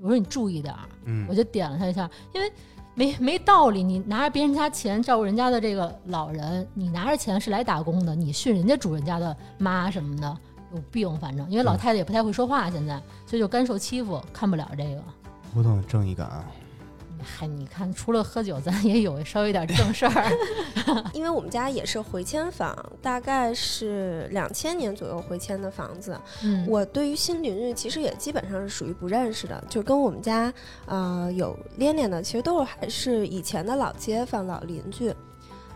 D: 我说你注意点儿。”我
C: 嗯，
D: 就点了他一下，因为没没道理，你拿着别人家钱照顾人家的这个老人，你拿着钱是来打工的，你训人家主人家的妈什么的，有病，反正因为老
C: 嗯
D: 太太也不太会说话，现在所以就干受欺负，看不了这个。
C: 不懂正义感。
D: 嗨，你看，除了喝酒，咱也有稍微点正事儿。
E: 因为我们家也是回迁房，大概是两千年左右回迁的房子。
D: *laughs* 嗯，
E: 我对于新邻居其实也基本上是属于不认识的，就跟我们家呃有连连的，其实都是还是以前的老街坊、老邻居。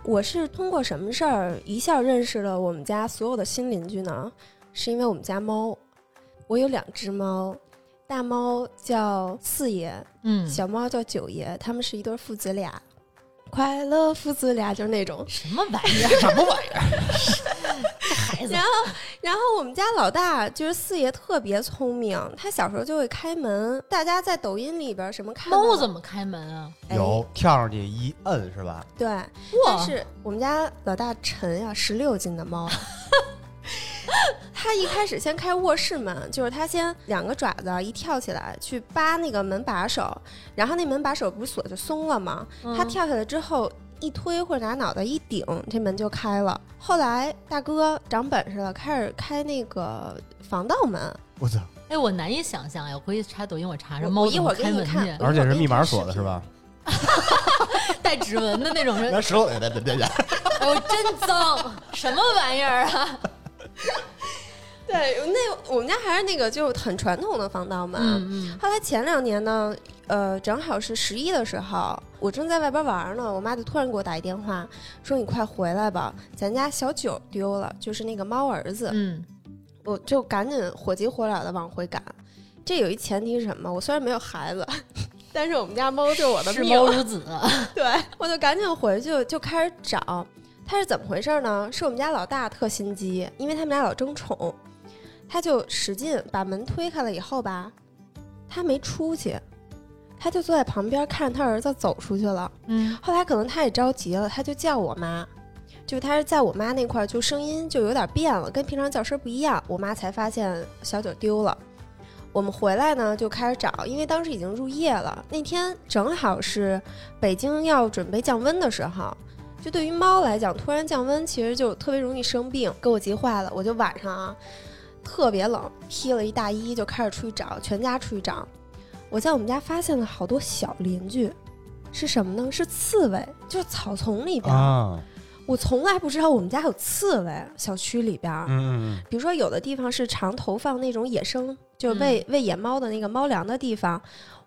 E: 我是通过什么事儿一下认识了我们家所有的新邻居呢？是因为我们家猫，我有两只猫，大猫叫四爷，
D: 嗯，
E: 小猫叫九爷，他们是一对父子俩，快乐父子俩就是那种。
D: 什么玩意儿？什么玩意儿？ *laughs* 这孩子
E: 然后，然后我们家老大就是四爷，特别聪明。他小时候就会开门，大家在抖音里边儿什么看到
D: 猫
E: 的
D: 怎么开门啊？
E: 哎
C: 有跳上去一摁是吧？
E: 对，但
D: 哇，
E: 是我们家老大陈呀、十六斤的
D: *laughs*
E: 猫，他一开始先开卧室门，就是他先两个爪子一跳起来去扒那个门把手，然后那门把手不是锁就松了吗？他
D: 嗯
E: 跳下来之后一推或者拿脑袋一顶，这门就开了。后来大哥长本事了，开始开那个防盗门，
C: 我操！
D: 哎，我难以想象呀！我回去查抖音，我查查
E: 我
D: 猫
E: 我一
D: 怎
E: 会
D: 么
E: 儿给
D: 开
E: 你
D: 门
E: 看
D: 去，
C: 而且是密码锁的是吧？
D: 带指纹的那种 *laughs* 人，
C: 石头，别别别别！
D: 哎呦，真脏！什么玩意儿啊？
E: 对，那我们家还是那个就很传统的防盗门。
D: 嗯
E: 后来前两年呢，呃，正好是十一的时候，我正在外边玩呢，我妈就突然给我打一电话，说你快回来吧，咱家小九丢了，就是那个猫儿子。
D: 嗯
E: 我就赶紧火急火燎的往回赶。这有一前提是什么？我虽然没有孩子， *laughs* 但是我们家猫就是我的
D: 嗯，视
E: 命。
D: 猫如子。
E: 对，我就赶紧回去就开始找，它是怎么回事呢？是我们家老大特心机，因为他们俩老争宠。他就使劲把门推开了以后吧，他没出去，他就坐在旁边看着他儿子走出去了。
D: 嗯
E: 后来可能他也着急了，他就叫我妈，就是他是在我妈那块儿，就声音就有点变了，跟平常叫声不一样。我妈才发现小九丢了。我们回来呢，就开始找，因为当时已经入夜了。那天正好是北京要准备降温的时候，就对于猫来讲，突然降温其实就特别容易生病，给我急坏了。我就晚上啊，特别冷，披了一大衣就开始出去找，全家出去找。我在我们家发现了好多小邻居，是什么呢？是刺猬，就是草丛里边。
C: 啊，
E: 我从来不知道我们家有刺猬，小区里边。
C: 嗯
E: 比如说有的地方是常投放那种野生，
D: 嗯
E: 就是喂、喂野猫的那个猫粮的地方，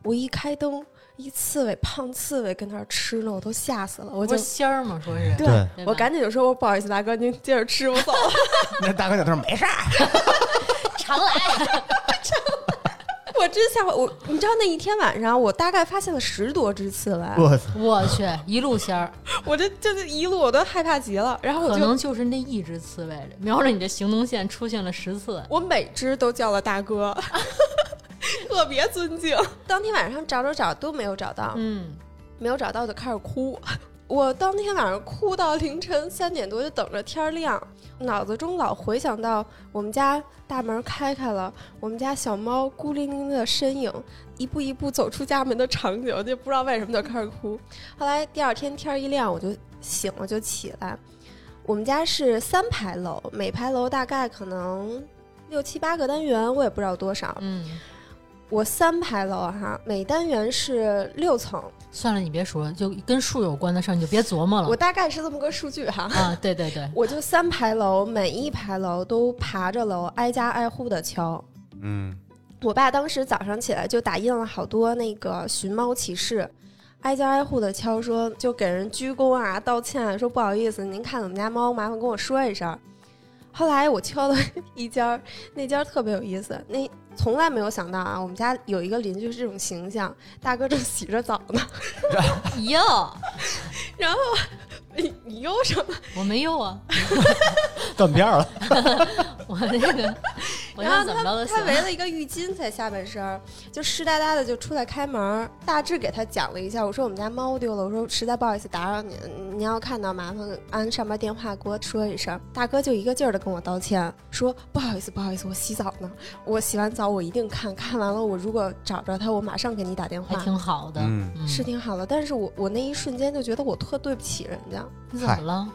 E: 我一开灯，一刺猬胖刺猬跟那儿吃呢，我都吓死了，我
D: 我
E: 就
D: 不是。仙儿吗？说是，
C: 对，
D: 对吧
E: 我赶紧就说：“我不好意思，大哥，您接着吃，我走了。 *laughs*
C: 那大哥在那儿没事儿，啊
D: 常来，
E: 我真吓我，我你知道那一天晚上，我大概发现了十多只刺猬，
C: 我操，
D: *laughs* 我去，一路仙儿，
E: 我这就是一路我都害怕极了。然后我
D: 可
E: 就
D: 能就是那一只刺猬，瞄着你的行动线出现了十次。
E: 我每只都叫了大
D: *laughs*
E: 哥，特别尊敬。当天晚上找找找都没有找到，
D: 嗯，
E: 没有找到就开始哭。 *laughs* 我当天晚上哭到凌晨三点多，就等着天儿亮，脑子中老回想到我们家大门开开了，我们家小猫孤零零的身影，一步一步走出家门的场景，就不知道为什么就开始哭。 *laughs* 后来第二天天儿一亮，我就醒了，就起来。我们家是三排楼，每排楼大概可能六七八个单元，我也不知道多少。
D: 嗯，
E: 我三排楼哈，每单元是六层，
D: 算了，你别说了，就跟树有关的事儿，你就别琢磨
E: 我
D: 了。
E: 大概是这么个数据哈。 *laughs*
D: 啊，对对对，
E: 我就三排楼，每一排楼都爬着楼，挨家挨户的敲。
C: 嗯，
E: 我爸当时早上起来就打印了好多那个寻猫启事，挨家挨户的敲说，就给人鞠躬啊、道歉啊，说不好意思，您看我们家猫，麻烦跟我说一声。后来我敲了一家儿， *laughs* 那家儿特别有意思，那从来没有想到啊，我们家有一个邻居是这种形象，大哥正洗着澡呢，
D: *laughs*
E: *laughs*
D: 哟，
E: 然后你你又什么？
D: 我没有啊，
C: 断片儿了，
D: *laughs* 我那
E: *laughs*
D: 个，我
E: 然
D: 想
E: 后
D: 怎么着
E: 他
D: 都
E: 他
D: 行。
E: 围了一个浴巾在下半身儿，就湿哒哒的就出来开门儿。大致给他讲了一下，我说我们家猫丢了，我说实在不好意思打扰你，您要看到麻烦按上边电话给我说一声。大哥就一个劲儿的跟我道歉，说不好意思不好意思，我洗澡呢，我洗完澡我一定看看完了，我如果找着他，我马上给你打电
D: 还
E: 话。
D: 挺好的，
C: 嗯
D: 嗯
E: 是挺好的，但是我我那一瞬间就觉得我特对不起人家。
D: 你怎么了？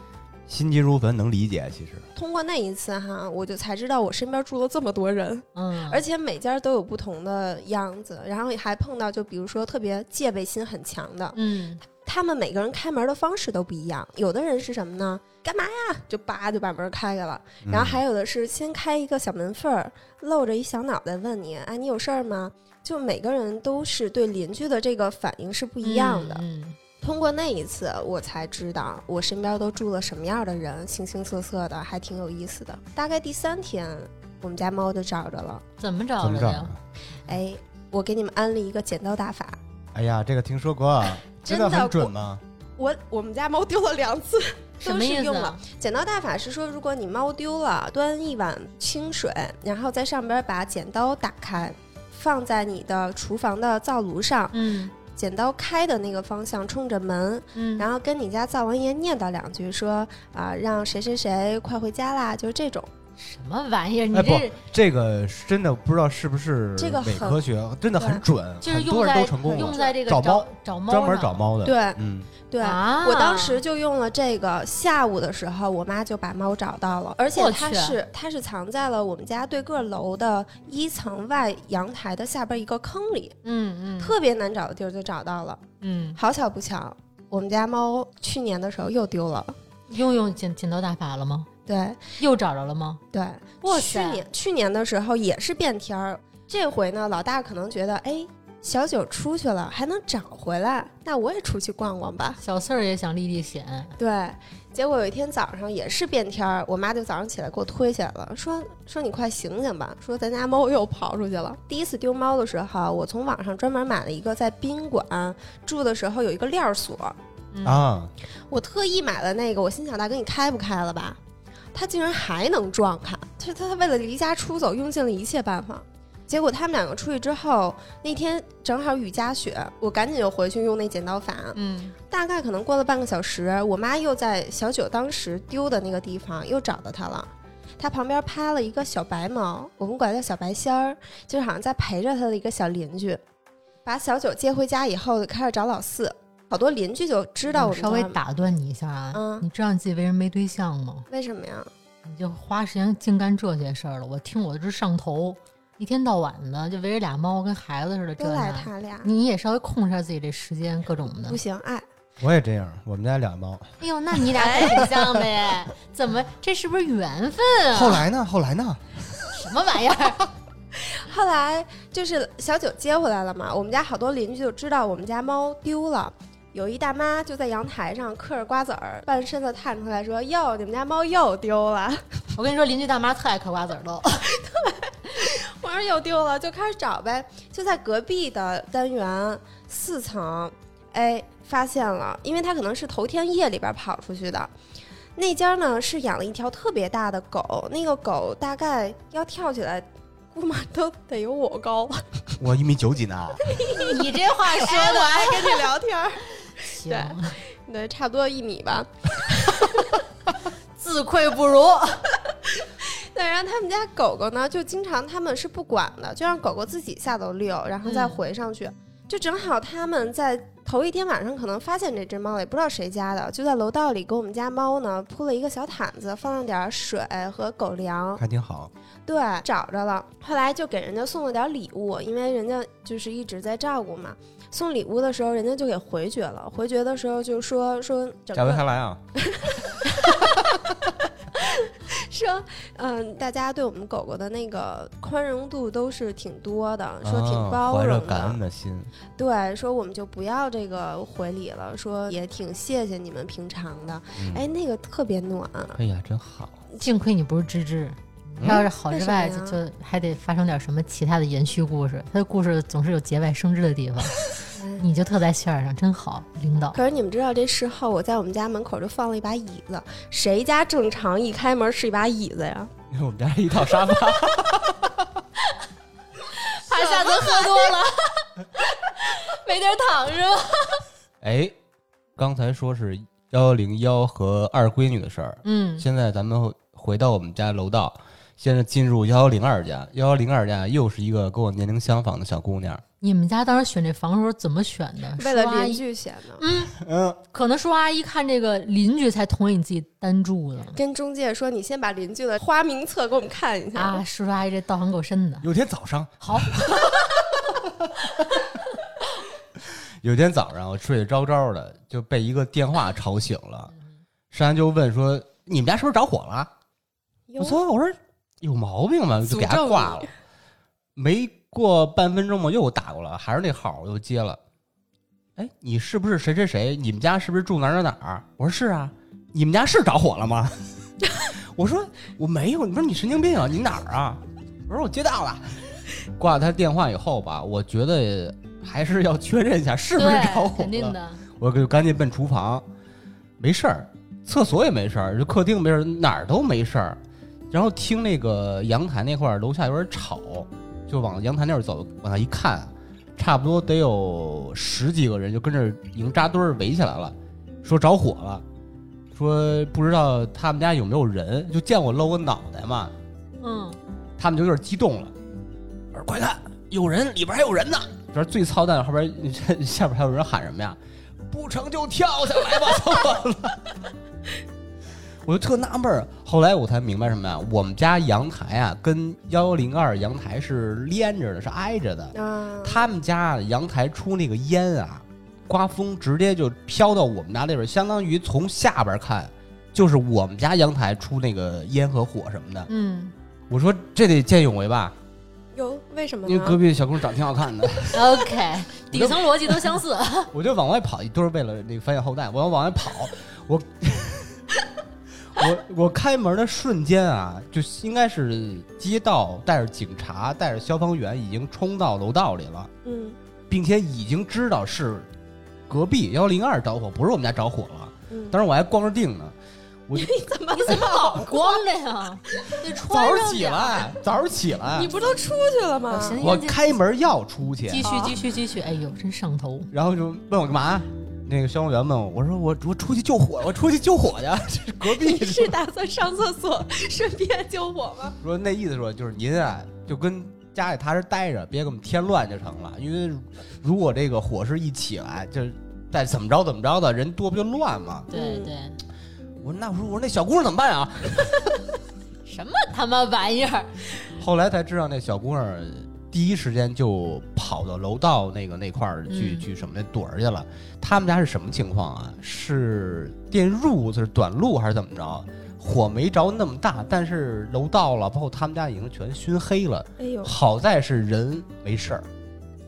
C: 心急如焚，能理解其实。
E: 通过那一次哈，我就才知道我身边住了这么多人。
D: 嗯，
E: 而且每家都有不同的样子，然后还碰到就比如说特别戒备心很强的，
D: 嗯，
E: 他们每个人开门的方式都不一样。有的人是什么呢？干嘛呀？就叭就把门开开了。嗯
D: 嗯
E: 然后还有的是先开一个小门缝儿，露着一小脑袋问你：“哎，你有事儿吗？”就每个人都是对邻居的这个反应是不
D: 不
E: 一样的。
D: 嗯，嗯
E: 通过那一次，我才知道我身边都住了什么样的人，形形色色的，还挺有意思的。大概第三天，我们家猫就找着了。
D: 怎么着
C: 怎么
D: 了
C: 着
D: 呀？
C: 啊？
E: 哎，我给你们安利一个剪刀大法。
C: 哎呀，这个听说过啊，
E: 真
C: 的
E: 的
C: 很准吗？
E: 我我们家猫丢了两 *laughs* 次，
D: 什
E: 都
D: 么
E: 是
D: 意思
E: 用
D: 啊
E: 了。剪刀大法是说，如果你猫丢了，端一碗清水，然后在上边把剪刀打开，放在你的厨房的灶炉上，
D: 嗯
E: 剪刀开的那个方向冲着门，
D: 嗯，
E: 然后跟你家灶王爷念叨两句，说啊、让谁谁谁快回家啦，就是这种。
D: 什么玩意儿？你
C: 哎
D: 这
C: 这个是真的不知道是不是
E: 这个很
C: 伪科学，真的很准，
D: 就是
C: 很
D: 用
C: 多人
D: 在
C: 都成功
D: 用
C: 了，
D: 在这个
C: 找
D: 找
C: 猫
D: 找猫
C: 专门
D: 上
C: 找猫的。，
E: 对
C: 嗯，
E: 对。
D: 啊！
E: 我当时就用了这个，下午的时候，我妈就把猫找到了，而且
D: 我
E: 它
D: 去啊
E: 是它是藏在了我们家对个楼的一层外阳台的下边一个坑里，
D: 嗯嗯
E: 特别难找的地儿就找到了。
D: 嗯，
E: 好巧不巧，我们家猫去年的时候又丢了。
D: 用用剪剪刀大法了吗？
E: 对
D: 又找着了吗？
E: 对，
D: 哇
E: 去
D: 塞
E: 年去年的时候也是变天儿，这回呢，老大可能觉得，哎，小九出去了还能找回来，那我也出去逛逛吧。
D: 小四儿也想历历险，
E: 对，结果有一天早上也是变天儿，我妈就早上起来给我推起来了，说说你快醒醒吧，说咱家猫又跑出去了。第一次丢猫的时候，我从网上专门买了一个在宾馆住的时候有一个链儿锁，
D: 嗯
C: 啊，
E: 我特意买了那个，我心想大哥你开不开了吧？他竟然还能撞他，就是他他为了离家出走用尽了一切办法。结果他们两个出去之后，那天正好雨夹雪，我赶紧就回去用那剪刀法，
D: 嗯，
E: 大概可能过了半个小时，我妈又在小九当时丢的那个地方又找到它了。它旁边趴了一个小白猫，我们管它叫小白仙儿，就是好像在陪着它的一个小邻居。把小九接回家以后，就开始找老四，好多邻居就知道我们
D: 嗯稍微
E: 家
D: 打断你一下啊，
E: 嗯
D: 你知道你自己为什么没对象吗？
E: 为什么呀？
D: 你就花时间净干这些事儿了，我听我这上头，一天到晚的就围着俩猫跟孩子似的这啊
E: 都赖
D: 那。
E: 他俩，嗯
D: 你也稍微控制下自己这时间，各种的
E: 不。行，爱
C: 我也这样，我们家俩猫。
D: *laughs* 哎呦，那你俩可挺像呗？哎怎么这是不是缘分啊？
C: 后来呢？后来呢？
D: 什么玩意儿？
E: 后来就是小九接回来了嘛，我们家好多邻居就知道我们家猫丢了。有一大妈就在阳台上嗑着瓜子儿，半身子探出来说：“哟，你们家猫又丢了。
D: 我跟你说，邻居大妈特爱嗑瓜子儿都。”
E: 我说：“又丢了，就开始找呗。”就在隔壁的单元四层，哎，发现了，因为它可能是头天夜里边跑出去的。那家呢是养了一条特别大的狗，那个狗大概要跳起来，估摸都得有我高。
C: 我一米九几呢。
D: *laughs* 你这话说
E: 哎，我
D: 的
E: 还跟你聊天儿。
D: 行，
E: *laughs* 对，差不多一米吧。
D: 自愧不如。
E: 对，然后他们家狗狗呢，就经常他们是不管的，就让狗狗自己下楼溜，然后再
D: 嗯
E: 回上去。就正好他们在头一天晚上可能发现这只猫了，也不知道谁家的，就在楼道里给我们家猫呢铺了一个小毯子，放了点儿水和狗
C: *laughs*
E: 粮。
C: 还挺好。
E: 对，找着了。后来就给人家送了点礼物，因为人家就是一直在照顾嘛。送礼物的时候，人家就给回绝了。回绝的时候就说说整
C: 下回
E: 个
C: 还来啊！
E: 说，嗯，大家对我们狗狗的那个宽容度都是挺多的，说挺
C: 啊
E: 包
C: 怀着
E: 容的。
C: 感恩的心，
E: 对，说我们就不要这个回礼了，说也挺谢谢你们平常的。
C: 嗯
E: 哎，那个特别暖。
C: 哎呀，真好。
D: 幸亏你不是芝芝，
C: 嗯
D: 要是好
E: 为
D: 之
E: 什
D: 外，
E: 么
D: 就
E: 呀
D: 就还得发生点什么其他的延续故事。他的故事总是有节外生枝的地方，
E: 嗯
D: 你就特在线儿上，真好，领导。
E: 可是你们知道，这事后我在我们家门口就放了一把椅子，谁家正常一开门是一把椅子呀？
C: 因为我们家是一套沙发，
D: *laughs* *laughs* 怕下次喝多了 *laughs* 没地儿躺是吗？
C: 哎，刚才说是幺零幺和二闺女的事儿，
D: 嗯，
C: 现在咱们回到我们家楼道，现在进入幺幺零二家，幺幺零二家又是一个跟我年龄相仿的小姑娘，
D: 你们家当时选这房的时候怎么选的？
E: 为了
D: 叔阿
E: 邻
D: 姨，
E: 居显的。
C: 嗯，
D: 可能叔阿姨看这个邻居才同意你自己单住的
E: 跟中介说，你先把邻居的花名册给我们看一下。
D: 啊。叔叔阿姨这道行够深的，
C: 有天早上，
D: 好，
C: *laughs* 有天早上我睡得着着的，就被一个电话吵醒了，
D: 嗯
C: 珊珊就问说：“你们家是不是着火了？”
E: 哟
C: 我说我说有毛病吧，就给
E: 诅咒
C: 他
E: 你
C: 挂了。没过半分钟吧，又打过来，还是那号，我又接了。哎，你是不是谁谁谁？你们家是不是住哪儿哪儿哪儿？我说是啊。你们家是着火了吗？ *laughs* 我说我没有。你说你神经病啊？你哪儿啊？我说我接到了。 *laughs* 挂了他电话以后吧，我觉得还是要确认一下是不是着
D: 对，
C: 火
D: 肯定
C: 了。
D: 的。
C: 我就赶紧奔厨房，没事儿，厕所也没事儿，就客厅没事儿，哪儿都没事儿。然后听那个阳台那块儿楼下有点吵，就往阳台那儿走，往那一看，差不多得有十几个人就跟这儿已经扎堆儿围起来了，说着火了，说不知道他们家有没有人，就见我露个脑袋嘛，
D: 嗯，
C: 他们就有点激动了，我说快看，有人，里边还有人呢。这最操蛋，后边下边还有人喊什么呀？不成就跳下来吧，怎么了？ *laughs* 我就特纳闷儿，后来我才明白什么呀？我们家阳台啊，跟幺幺零二阳台是连着的，是挨着的。
E: 啊，
C: 他们家阳台出那个烟啊，刮风直接就飘到我们家那边，相当于从下边看，就是我们家阳台出那个烟和火什么的。
D: 嗯，
C: 我说这得见义勇为吧，
E: 哟，为什么
C: 因为隔
E: 呢？
C: 壁小姑娘长得挺好看的，
E: *laughs*
D: OK，底层逻辑都相似。
C: 我就往外跑，都是为了那个繁衍后代，我要往外跑，我 *laughs* 我我开门的瞬间啊，就应该是街道带着警察带着消防员已经冲到楼道里了，
E: 嗯
C: 并且已经知道是隔壁幺零二着火，不是我们家着火了。
E: 嗯，
C: 当时我还光着腚呢，我就
E: 怎么
D: 你怎么老光着呀？得穿
C: 早
D: 上
C: 上起
D: 点儿。
C: 来，早上起来
E: 你，不都出去了吗
D: 我？寻思
C: 我
D: 人家
C: 开门要出去，
D: *laughs* 继续继续继续，哎呦，真上头！
C: 然后就问我干嘛？那个消防员问我，我说我我出去救火，我出去救火去， *laughs* 这是隔壁
E: 你
D: *laughs*
E: 是打算上厕所顺便救火吗？
C: 说那意思说就是您啊，就跟家里踏实待着，别给我们添乱就成了。因为如果这个火势一起来，就是再怎么着怎么着的，人多不就乱吗？
D: 对
E: 嗯
D: 对，
C: 我说那我说我说那小姑娘怎么办啊？
D: 什么他妈玩意儿？
C: 后来才知道那小姑娘第一时间就跑到楼道那个那块儿去、
D: 嗯
C: 去什么那躲着去了。他们家是什么情况啊？是电褥子是短路还是怎么着？火没着那么大，但是楼道了，包括他们家已经全熏黑了。
E: 哎呦，
C: 好在是人没事儿，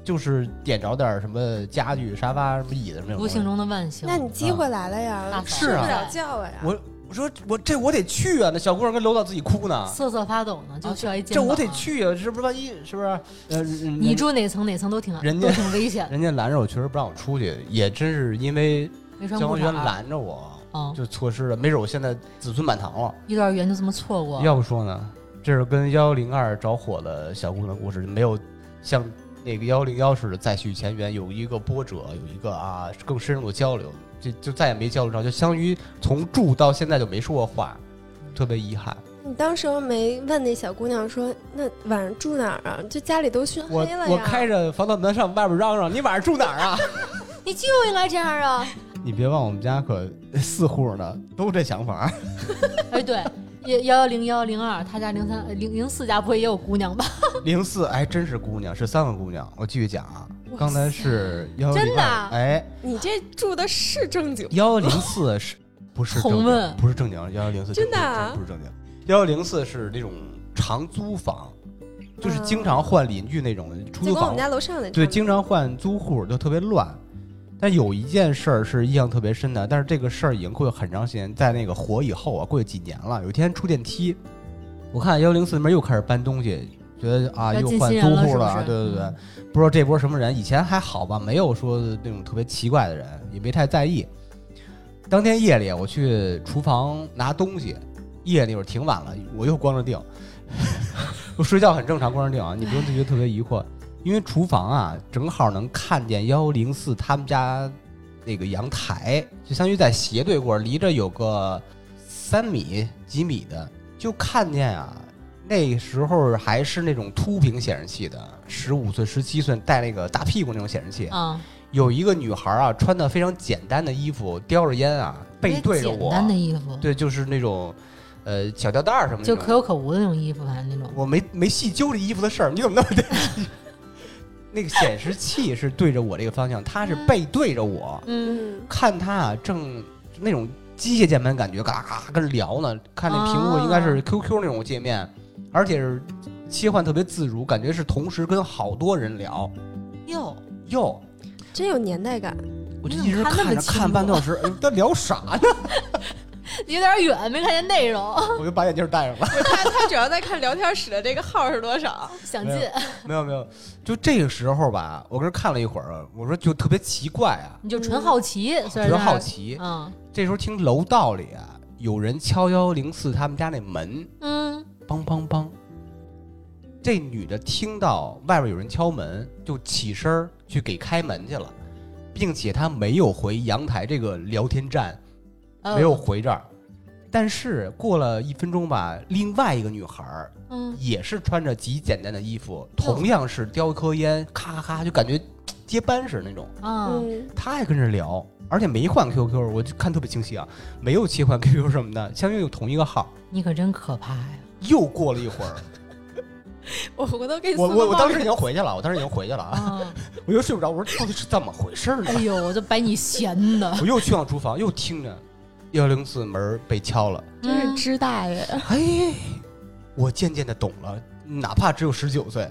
C: 就是点着点儿什么家具、沙发、什么椅子什么的。
D: 不幸中的万幸。
E: 那你机会来了呀
D: 啊，
E: 睡
C: 是
E: 不
C: 嗯啊
E: 了觉了呀。
C: 我我说我这我得去啊！那小姑娘跟楼道自己哭呢，
D: 瑟瑟发抖呢，就需要一肩
C: 这
D: 膀。
C: 我得。去啊！是不是万一是不是？呃，
D: 你
C: 你
D: 住哪层哪层都挺
C: 人家
D: 都挺危险的，
C: 人家拦着我，确实不让我出去，也真是因为
D: 没
C: 消
D: 穿裤
C: 防员
D: 衩。
C: 拦着我，
D: 嗯，
C: 就错失了。没准我现在子孙满堂了。
D: 幼儿园就这么错过。
C: 要不说呢，这是跟幺零二着火的小姑娘故事，没有像那个幺零幺似的再续前缘，有一个波折，有一个啊更深入的交流，就就再也没交流上，就相当于从住到现在就没说过话，特别遗憾。
D: 嗯
E: 你当时候没问那小姑娘说，那晚上住哪儿啊？就家里都熏黑
C: 我
E: 了呀。
C: 我开着防盗门上外边嚷嚷：“你晚上住哪儿啊
A: 你就应该这样啊！？”
C: *laughs* 你别忘，我们家可 *laughs* 四户呢，都这想法。
D: 哎，对，幺幺零幺零二，他家零三零零四家不会也有姑娘吧？
C: 零四，哎，真是姑娘，是三个姑娘。我继续讲啊，
E: 哇
C: 刚才是幺
A: 真
C: 零
A: 的
C: 二
A: 啊，
C: 哎，
E: 你这住的是正经
C: 幺零
E: *laughs*
C: 四是不是正
D: 红
C: 经
D: 问？
C: 不是正经，幺幺零四
E: 真的啊
C: 不是正经。幺幺零四是那种长租房，
E: 嗯
C: 就是经常换邻居那种出租
E: 就跟我
C: 房
E: 们，家楼上那
C: 对，经常换租户就特别乱。但有一件事儿是印象特别深的，但是这个事儿已经过去很长时间，在那个火以后啊，过去几年了。有一天出电梯，我看幺零四那边又开始搬东西，觉得啊
D: 要
C: 又
D: 进
C: 换
D: 新
C: 租
D: 人了
C: 户
D: 是不
C: 了啊，
D: 是
C: 对对对。
D: 嗯
C: 不知道这波什么人，以前还好吧，没有说那种特别奇怪的人，也没太在意。当天夜里我去厨房拿东西，夜里会儿挺晚了，我又光着腚， *laughs* 我睡觉很正常，光着腚啊，你不用觉得特别疑惑，因为厨房啊正好能看见幺零四他们家那个阳台，就相当于在斜对过，离着有个三米几米的，就看见啊，那时候还是那种凸屏显示器的，十五寸、十七寸带那个大屁股那种显示器。
D: 啊，
C: 有一个女孩啊，穿的非常简单的衣服，叼着烟啊，背对着
D: 简
C: 我，
D: 单的衣服，
C: 对，就是那种呃小吊带儿什么的那
D: 就
C: 种，
D: 可有可无的那种衣服，反正那种。
C: 我没没细究这衣服的事儿， *laughs* 你怎么那么得意？那个显示器是对着我这个方向，它是背对着我，
D: 嗯，
E: 嗯，
C: 看他啊正那种机械键盘感觉，嘎嘎嘎跟着聊呢，看那屏幕
D: 啊
C: 应该是 QQ 那种界面，而且是切换特别自如，感觉是同时跟好多人聊。
D: 哟，
C: 哟，
E: 真有
C: *laughs*
E: 年代感。
C: 我就一
D: 你怎么
C: 直
D: 看那
C: 看
D: 么
C: 着
D: 清
C: 看
D: 楚
C: 半个小时，
D: *laughs*
C: 哎呦他聊啥呢？
D: *laughs*
C: *laughs*
D: 有点远，没看见内容， *laughs*
C: 我就把眼镜戴上了。
E: *laughs* 他他主要在看聊天室的这个号是多少。
D: 想
C: 没
D: 进
C: 有。没有没有，就这个时候吧，我跟这看了一会儿，啊我说就特别奇怪啊，
D: 你就纯好奇，
C: 觉
D: 虽然
C: 得
D: 是
C: 好，奇。
D: 嗯
C: 这时候听楼道里啊有人敲幺零四他们家那门，
D: 嗯，
C: 梆梆梆。这女的听到外边有人敲门，就起身儿去给开门去了，并且她没有回阳台这个聊天站，
D: 呃
C: 没有，回这儿。但是过了一分钟吧，另外一个女孩儿
D: 嗯，
C: 也是穿着极简单的衣服，同样是叼一颗烟，咔咔咔，就感觉接班似的那种。
D: 啊，
E: 嗯，
C: 她也跟着聊，而且没换 QQ，我就看特别清晰啊，没有切换 QQ 什么的，相当于有同一个号。
D: 你可真可怕呀！
C: 又过了一会儿，
E: 我回头给你
C: 我
E: 送
C: 我
E: 个
C: 我
E: 报
C: 当时已 *laughs*
E: 纸
C: 经回去了，我当时已经回去了啊，
D: 啊，
C: *laughs* 我又睡不着，我说到底是怎么回事儿
D: 哎
C: 呢？ *laughs*
D: 呦，我就把你闲的，
C: 我又去往厨房，又听着幺零四门儿被敲了，
E: *laughs*
D: 嗯
E: 真是啊知大爷。
C: 哎，我渐渐的懂了，哪怕只有十九岁，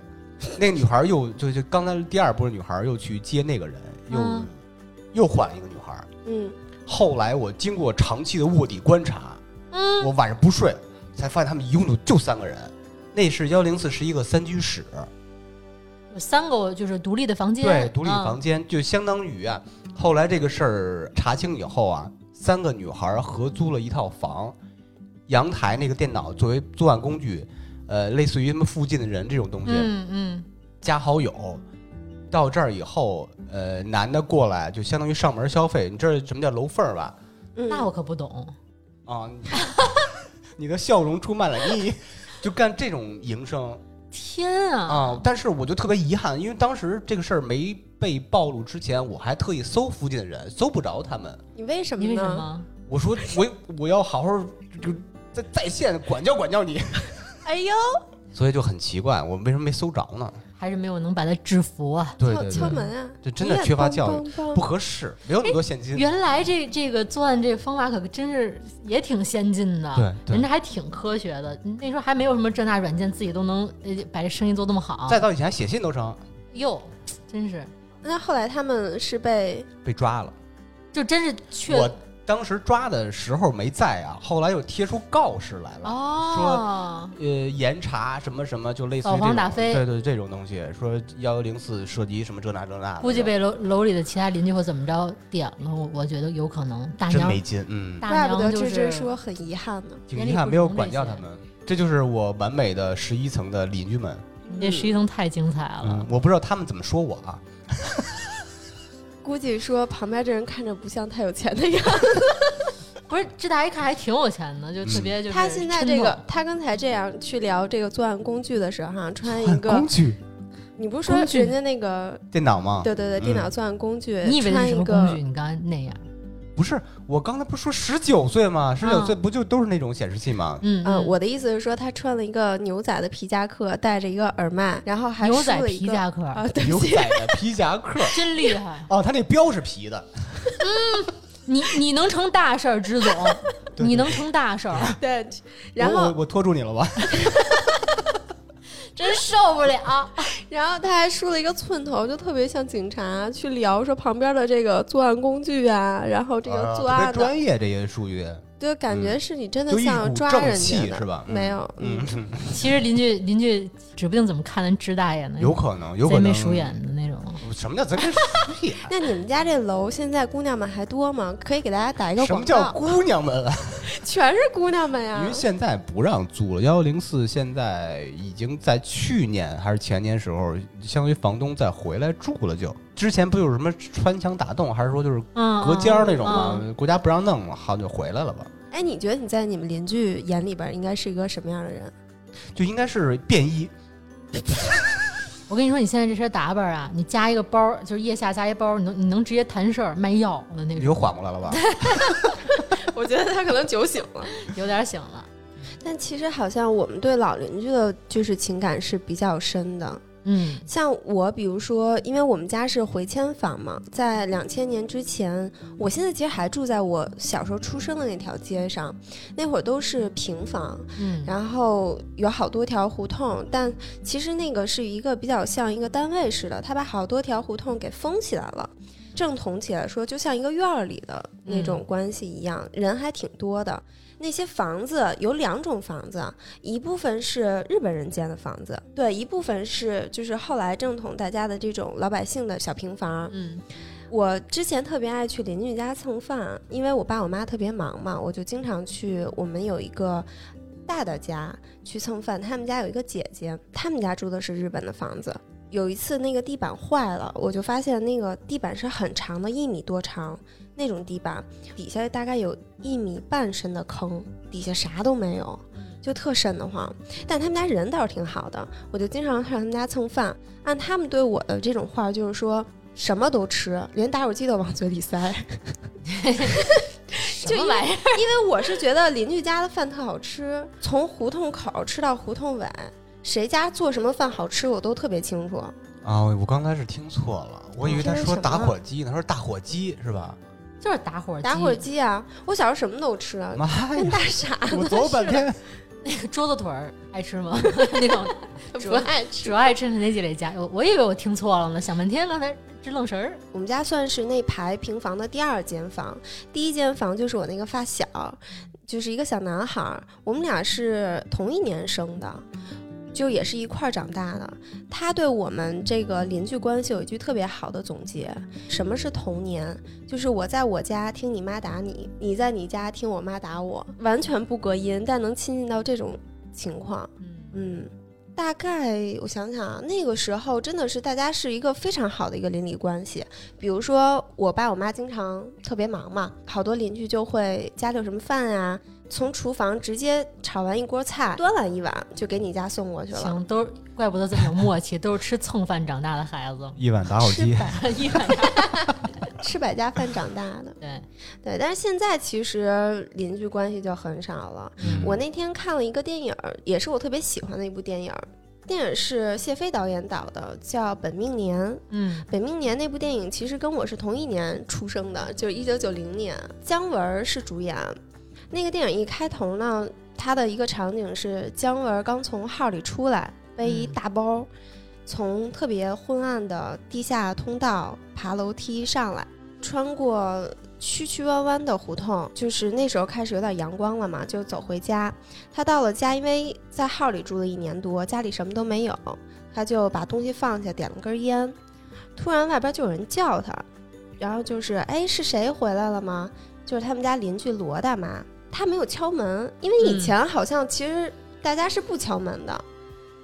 C: 那个女孩儿又 *laughs* 就就刚才第二波女孩儿又去接那个人，又、
D: 嗯
C: 又换了一个女孩儿。
E: 嗯，
C: 后来我经过长期的卧底观察，我晚上不睡，才发现他们一共就就三个人，那是幺零四是一个三居室，
D: 有三个就是独立的房间，
C: 对，独立
D: 啊
C: 房，间、就相当于啊，后来这个事儿查清以后啊，三个女孩合租了一套房，阳台那个电脑作为作案工具，呃，类似于他们附近的人这种东西，
D: 嗯嗯，
C: 加好友。到这儿以后，呃，男的过来就相当于上门消费，你知道什么叫楼缝儿吧？
E: 嗯
D: 那我可不懂。
C: 啊，你 *laughs* 你的笑容充满了你，就干这种营生
D: 天啊！
C: 啊！但是我就特别遗憾，因为当时这个事儿没被暴露之前，我还特意搜附近的人，搜不着他们。
E: 你为什么
D: 因为什
E: 呢？
D: 么？
C: 我说我我要好好就就在在线管教管教你，
A: 哎呦，
C: 所以就很奇怪，我为什么没搜着呢？
D: 还是没有能把他制服啊！
C: 对
E: 敲敲门啊！
C: 这真的缺乏教育，
E: 育，梆
C: 不合适，没有那么多现金。
D: 原来这这个作案这个方法可真是也挺先进的，
C: 对对
D: 人家还挺科学的。那时候还没有什么这那软件，自己都能呃把这生意做这么好。
C: 再到以前写信都成，
D: 哟，真是
E: 那后来他们是被
C: 被抓了。
D: 就真是确
C: 我当时抓的时候没在啊，后来又贴出告示来了。
D: 哦，
C: 呃严查什么什么，就类似于
D: 扫黄
C: 这种
D: 打非
C: 对对这种东西，说幺幺零四涉及什么这那这那的，
D: 估计被楼楼里的其他邻居或怎么着点了，我我觉得有可能。大
C: 真
D: 娘
C: 没劲，嗯，
D: 大
E: 怪不得
D: 娘就
E: 芝芝
D: 是
E: 说很遗憾呢。
C: 挺
D: 眼
C: 遗
D: 里
C: 憾
D: 不
C: 没有
D: 容
C: 管
D: 这
C: 教
D: 些
C: 他们，这就是我完美的十一层的邻居们，
D: 你这十一层太精彩了
C: 嗯，。我不知道他们怎么说我啊，
E: 估计说旁边这人看着不像太有钱的样子。
D: 不是，这大家一看还挺有钱的，就
C: 嗯
D: 特别就是
E: 他现在
D: 春
E: 这个
D: 梦，
E: 他刚才这样去聊这个作案工具的时候，哈，穿一个
C: 工，具
E: 你不是说
D: 工具
E: 人家那个，
C: 电脑吗？
E: 对对对，
C: 嗯
E: 电脑作案工具，
D: *laughs* 你以为是
E: 穿一
D: 什么工
E: 个
D: 具？你刚才那样，
C: 不是，我刚才不是说十九岁
D: 啊
C: 吗？十九岁不就都是那种显示器吗？
D: 嗯
E: 呃，
D: 嗯
E: 我的意思是说，他穿了一个牛仔的皮夹克，戴着一个耳麦，然后还
D: 牛
E: 梳
D: 仔
E: 了一
D: 皮
E: 个
D: 夹克，
E: 啊，对
C: 牛
E: 不
C: 仔
E: 起，
C: 的皮夹克，
D: *laughs* 真厉害！
C: 哦，他那标是皮的，
D: 你你能成大事儿，支总，
C: 对
D: 你能成大事儿，
E: 对，然
C: 我我
E: 后
C: 我拖住你了吧？
D: 真受不了。
E: 然后他还梳了一个寸头，就特别像警察啊去聊说旁边的这个作案工具啊，然后这个
C: 啊
E: 作
C: 特别
E: 案的，
C: 专业这些术语，
E: 就感觉是你真的
C: 嗯就一
E: 像
C: 股
E: 抓
C: 正
E: 人家
C: 气
E: 的
C: 是吧？嗯
E: 没有，嗯
C: 嗯，
D: 其实邻居邻居指不定怎么看咱支大爷呢，
C: 有可能，有可
D: 贼
C: 能
D: 眉鼠眼的那种。
C: 什么叫咱跟熟眼？
E: *laughs* 那你们家这楼现在姑娘们还多吗？可以给大家打一个
C: 什么
E: 广
C: 叫
E: 告，嗯
C: 姑娘们啊？
E: *laughs* 全是姑娘们呀
C: 因为。现在不让租了，幺幺零四现在已经在去年还是前年时候，相当于房东再回来住了就。之前不有什么穿墙打洞，还是说就是
D: 嗯，
C: 隔间儿那种
D: 嗯
C: 吗？国家不让弄了，好就回来了吧？
E: 哎，你觉得你在你们邻居眼里边应该是一个什么样的人？
C: 就应该是便衣，
D: 我跟你说，你现在这身打扮啊，你加一个包，就是腋下加一包，你能你能直接谈事儿卖药的那
C: 你
D: 种，
C: 又缓过来了吧？
E: 我觉得他可能酒醒了。
D: 有点醒了。
E: 但其实好像我们对老邻居的就是情感是比较深的。
D: 嗯，
E: 像我，比如说，因为我们家是回迁房嘛，在两千年之前，我现在其实还住在我小时候出生的那条街上，那会儿都是平房，
D: 嗯，
E: 然后有好多条胡同，但其实那个是一个比较像一个单位似的，它把好多条胡同给封起来了。正统起来说，就像一个院儿里的那种
D: 嗯
E: 关系一样，人还挺多的。那些房子有两种房子，一部分是日本人建的房子，对，一部分是就是后来正统大家的这种老百姓的小平房。
D: 嗯
E: 我之前特别爱去邻居家蹭饭，因为我爸我妈特别忙嘛，我就经常去。我们有一个大的家去蹭饭，他们家有一个姐姐，他们家住的是日本的房子。有一次那个地板坏了，我就发现那个地板是很长的，一米多长那种地板，底下大概有一米半深的坑，底下啥都没有，就特瘆得慌。但他们家人倒是挺好的，我就经常上他们家蹭饭。按他们对我的这种话，就是说什么都吃，连打火机都往嘴里塞。
D: 什
E: 就因
D: 么
E: 为
D: 玩意儿？
E: 因为我是觉得邻居家的饭特好吃，从胡同口吃到胡同尾，谁家做什么饭好吃我都特别清楚。
C: 啊，我刚才是听错了，我以
D: 啊
C: 为他
E: 这是
C: 说
E: 什么
C: 打火机呢，他说大火机是吧？
D: 就是打火
E: 打火机啊，我小时候什么都吃，啊
D: 呃
C: 妈
E: 跟 *laughs*
C: 呀！
E: 大傻子
C: 我琢磨半
E: 似的，
C: 天，。
D: 那个桌子腿儿爱吃吗？那种 *laughs*
E: 不爱
D: 主
E: 吃。
D: 要爱吃肯德基这家，我我以为我听错了呢，想半天刚才直愣神儿。
E: 我们家算是那排平房的第二间房，第一间房就是我那个发小，就是一个小男孩儿，我们俩是同一年生的。就也是一块儿长大的。他对我们这个邻居关系有一句特别好的总结：什么是童年？就是我在我家听你妈打你，你在你家听我妈打我，完全不隔音，但能亲近到这种情况。
D: 嗯，
E: 嗯，大概我想想啊，那个时候真的是大家是一个非常好的一个邻里关系。比如说我爸我妈经常特别忙嘛，好多邻居就会家里有什么饭啊，从厨房直接炒完一锅菜，端完一碗就给你家送过去了。
D: 行，都是怪不得这么有默契，都是吃蹭饭长大的孩子
C: 一碗打火
E: 吃
C: 机，
E: 百
D: *laughs* 一碗大
E: *laughs* 吃百家饭长大的，
D: 对，
E: 对，但是现在其实邻居关系就很少了。
C: 嗯
E: 我那天看了一个电影儿，也是我特别喜欢的一部电影儿，电影是谢飞导演导的，叫《本命年》。
D: 嗯
E: 《本命年》那部电影其实跟我是同一年出生的，就是一九九零年，姜文儿是主演。那个电影一开头呢，它的一个场景是姜文儿刚从号里出来，背一
D: 嗯
E: 大包，从特别昏暗的地下通道爬楼梯上来，穿过曲曲弯弯的胡同，就是那时候开始有点阳光了嘛，就走回家。他到了家，因为在号里住了一年多，家里什么都没有，他就把东西放下，点了根烟。突然外边就有人叫他，然后就是哎，是谁回来了吗？就是他们家邻居罗大妈，她没有敲门，因为以
D: 嗯
E: 前好像其实大家是不敲门的，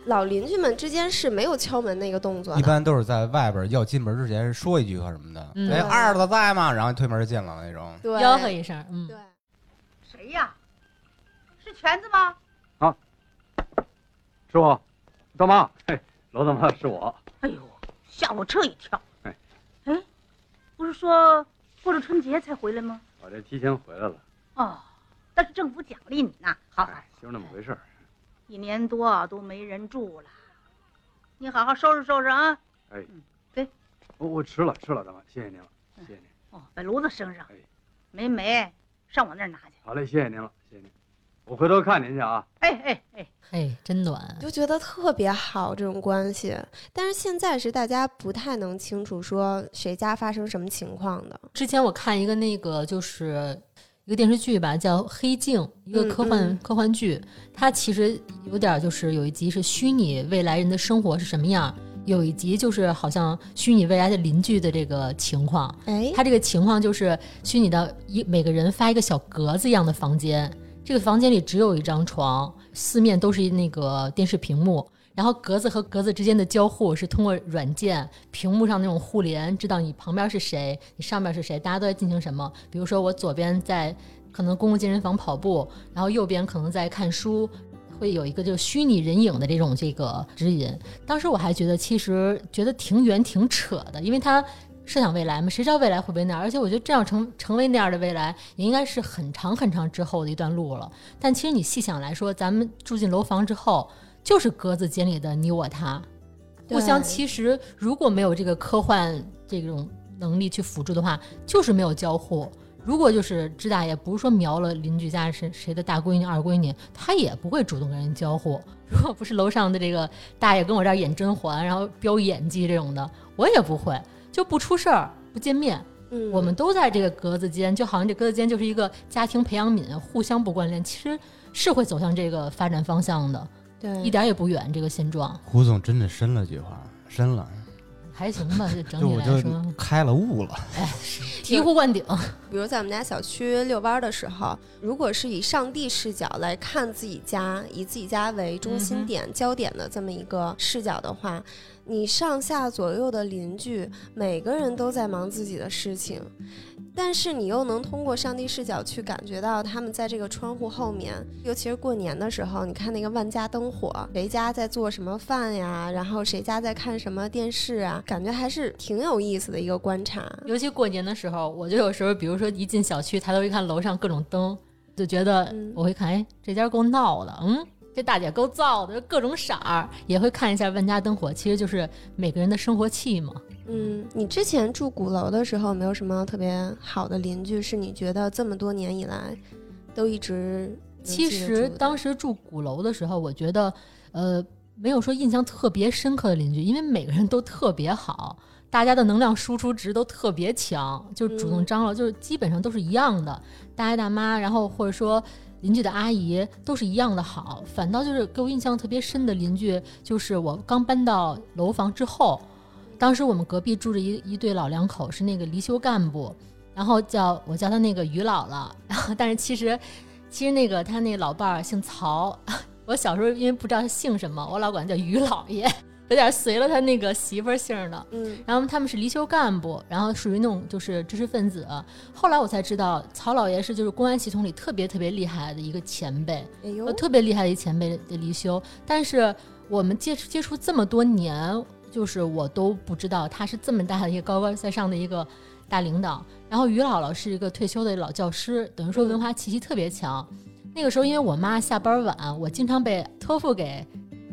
E: 老邻居们之间是没有敲门那个动作
C: 一
E: 的。
C: 般都是在外边要进门之前说一句或什么的，
D: 嗯
C: 哎，二子在吗？然后推门就进来了那种。
E: 对，
D: 吆喝一声，嗯
E: 对，
B: 谁呀？是全子吗？
F: 师傅，大妈，嘿，罗大妈是我。
B: 哎呦，吓我这一跳！
F: 哎
B: 哎，不是说过了春节才回来吗？
F: 我这提前回来了，
B: 哦，那是政府奖励你呢。好好
F: 哎，，就是那么回事儿。
B: 一年多啊都没人住了，你好好收拾收拾啊！
F: 我我吃了吃了，大妈，谢谢您了，谢谢您。
B: 哦，把炉子升上
F: 哎，
B: 没煤上我那儿拿去。
F: 好嘞，谢谢您了，谢谢您。我回头看您去啊。
B: 哎哎哎，
D: 嘿，真暖。
E: 就觉得特别好这种关系。但是现在是大家不太能清楚说谁家发生什么情况的。
D: 之前我看一个那个就是一个电视剧吧，叫《黑镜》，一个
E: 嗯
D: 科幻、
E: 嗯
D: 科幻剧。它其实有点就是有一集是虚拟未来人的生活是什么样，有一集就是好像虚拟未来的邻居的这个情况。
E: 哎，
D: 它这个情况就是虚拟到一每个人发一个小格子一样的房间，这个房间里只有一张床，四面都是那个电视屏幕，然后格子和格子之间的交互是通过软件屏幕上那种互联，知道你旁边是谁，你上面是谁，大家都在进行什么。比如说我左边在可能公共健身房跑步，然后右边可能在看书。会有一个就虚拟人影的这种这个指引，当时我还觉得其实觉得挺远挺扯的，因为它设想未来嘛，谁知道未来会不会那样？而且我觉得这样成成为那样的未来，也应该是很长很长之后的一段路了。但其实你细想来说，咱们住进楼房之后，就是格子间里的你我他，互相
E: 对
D: 其实如果没有这个科幻这种能力去辅助的话，就是没有交互。如果就是支大爷不是说瞄了邻居家谁谁的大闺女、二闺女，他也不会主动跟人交互。 *laughs* 如果不是楼上的这个大爷跟我这儿演甄嬛，然后飙演技这种的，我也不会，就不出事儿，不见面，
E: 嗯，
D: 我们都在这个格子间，就好像这格子间就是一个家庭培养皿，互相不关联，其实是会走向这个发展方向的，
E: 对
D: 一点儿也不远。这个现状
C: 胡总真的深了句话，深了，
D: 还行吧，就整
C: 就
D: 体
C: 我
D: 来
C: 就
D: 说，
C: 开了悟了。
D: 醍醐灌顶。 *laughs*
E: 比如在我们家小区遛弯儿的时候，如果是以上帝视角来看自己家，以自己家为中心点、焦点的这么一个视角的话，你上下左右的邻居每个人都在忙自己的事情，但是你又能通过上帝视角去感觉到他们在这个窗户后面，尤其是过年的时候，你看那个万家灯火，谁家在做什么饭呀，然后谁家在看什么电视啊，感觉还是挺有意思的一个观察。
D: 尤其过年的时候，我就有时候，比如说一进小区，抬头一看楼上各种灯，就觉得
E: 嗯
D: 我会看，哎，这家够闹的，嗯，这大姐够造的，各种色儿，也会看一下万家灯火，其实就是每个人的生活气嘛。
E: 嗯，你之前住鼓楼的时候，有没有什么特别好的邻居？是你觉得这么多年以来都一直能记得
D: 其实
E: 住的
D: 当时住鼓楼的时候，我觉得，呃，没有说印象特别深刻的邻居，因为每个人都特别好，大家的能量输出值都特别强，就是主动
E: 嗯
D: 张罗，就是基本上都是一样的，大爷大妈，然后或者说邻居的阿姨都是一样的好，反倒就是给我印象特别深的邻居，就是我刚搬到楼房之后，当时我们隔壁住着一一对老两口，是那个离休干部，然后叫我叫他那个于姥姥，然后 *laughs* 但是其实其实那个他那老伴儿姓曹，我小时候因为不知道他姓什么，我老管他叫于老爷，有点随了他那个媳妇儿姓儿呢。
E: 嗯
D: 然后他们是离休干部，然后属于那种就是知识分子。后来我才知道，曹老爷是就是公安系统里特别特别厉害的一个前辈，
E: 哎呦
D: 呃，特别厉害的一前辈的离休。但是我们接触接触这么多年，就是我都不知道他是这么大的一个高高在上的一个大领导。然后于姥姥是一个退休的老教师，等于说文化气息特别强。那个时候因为我妈下班晚，我经常被托付给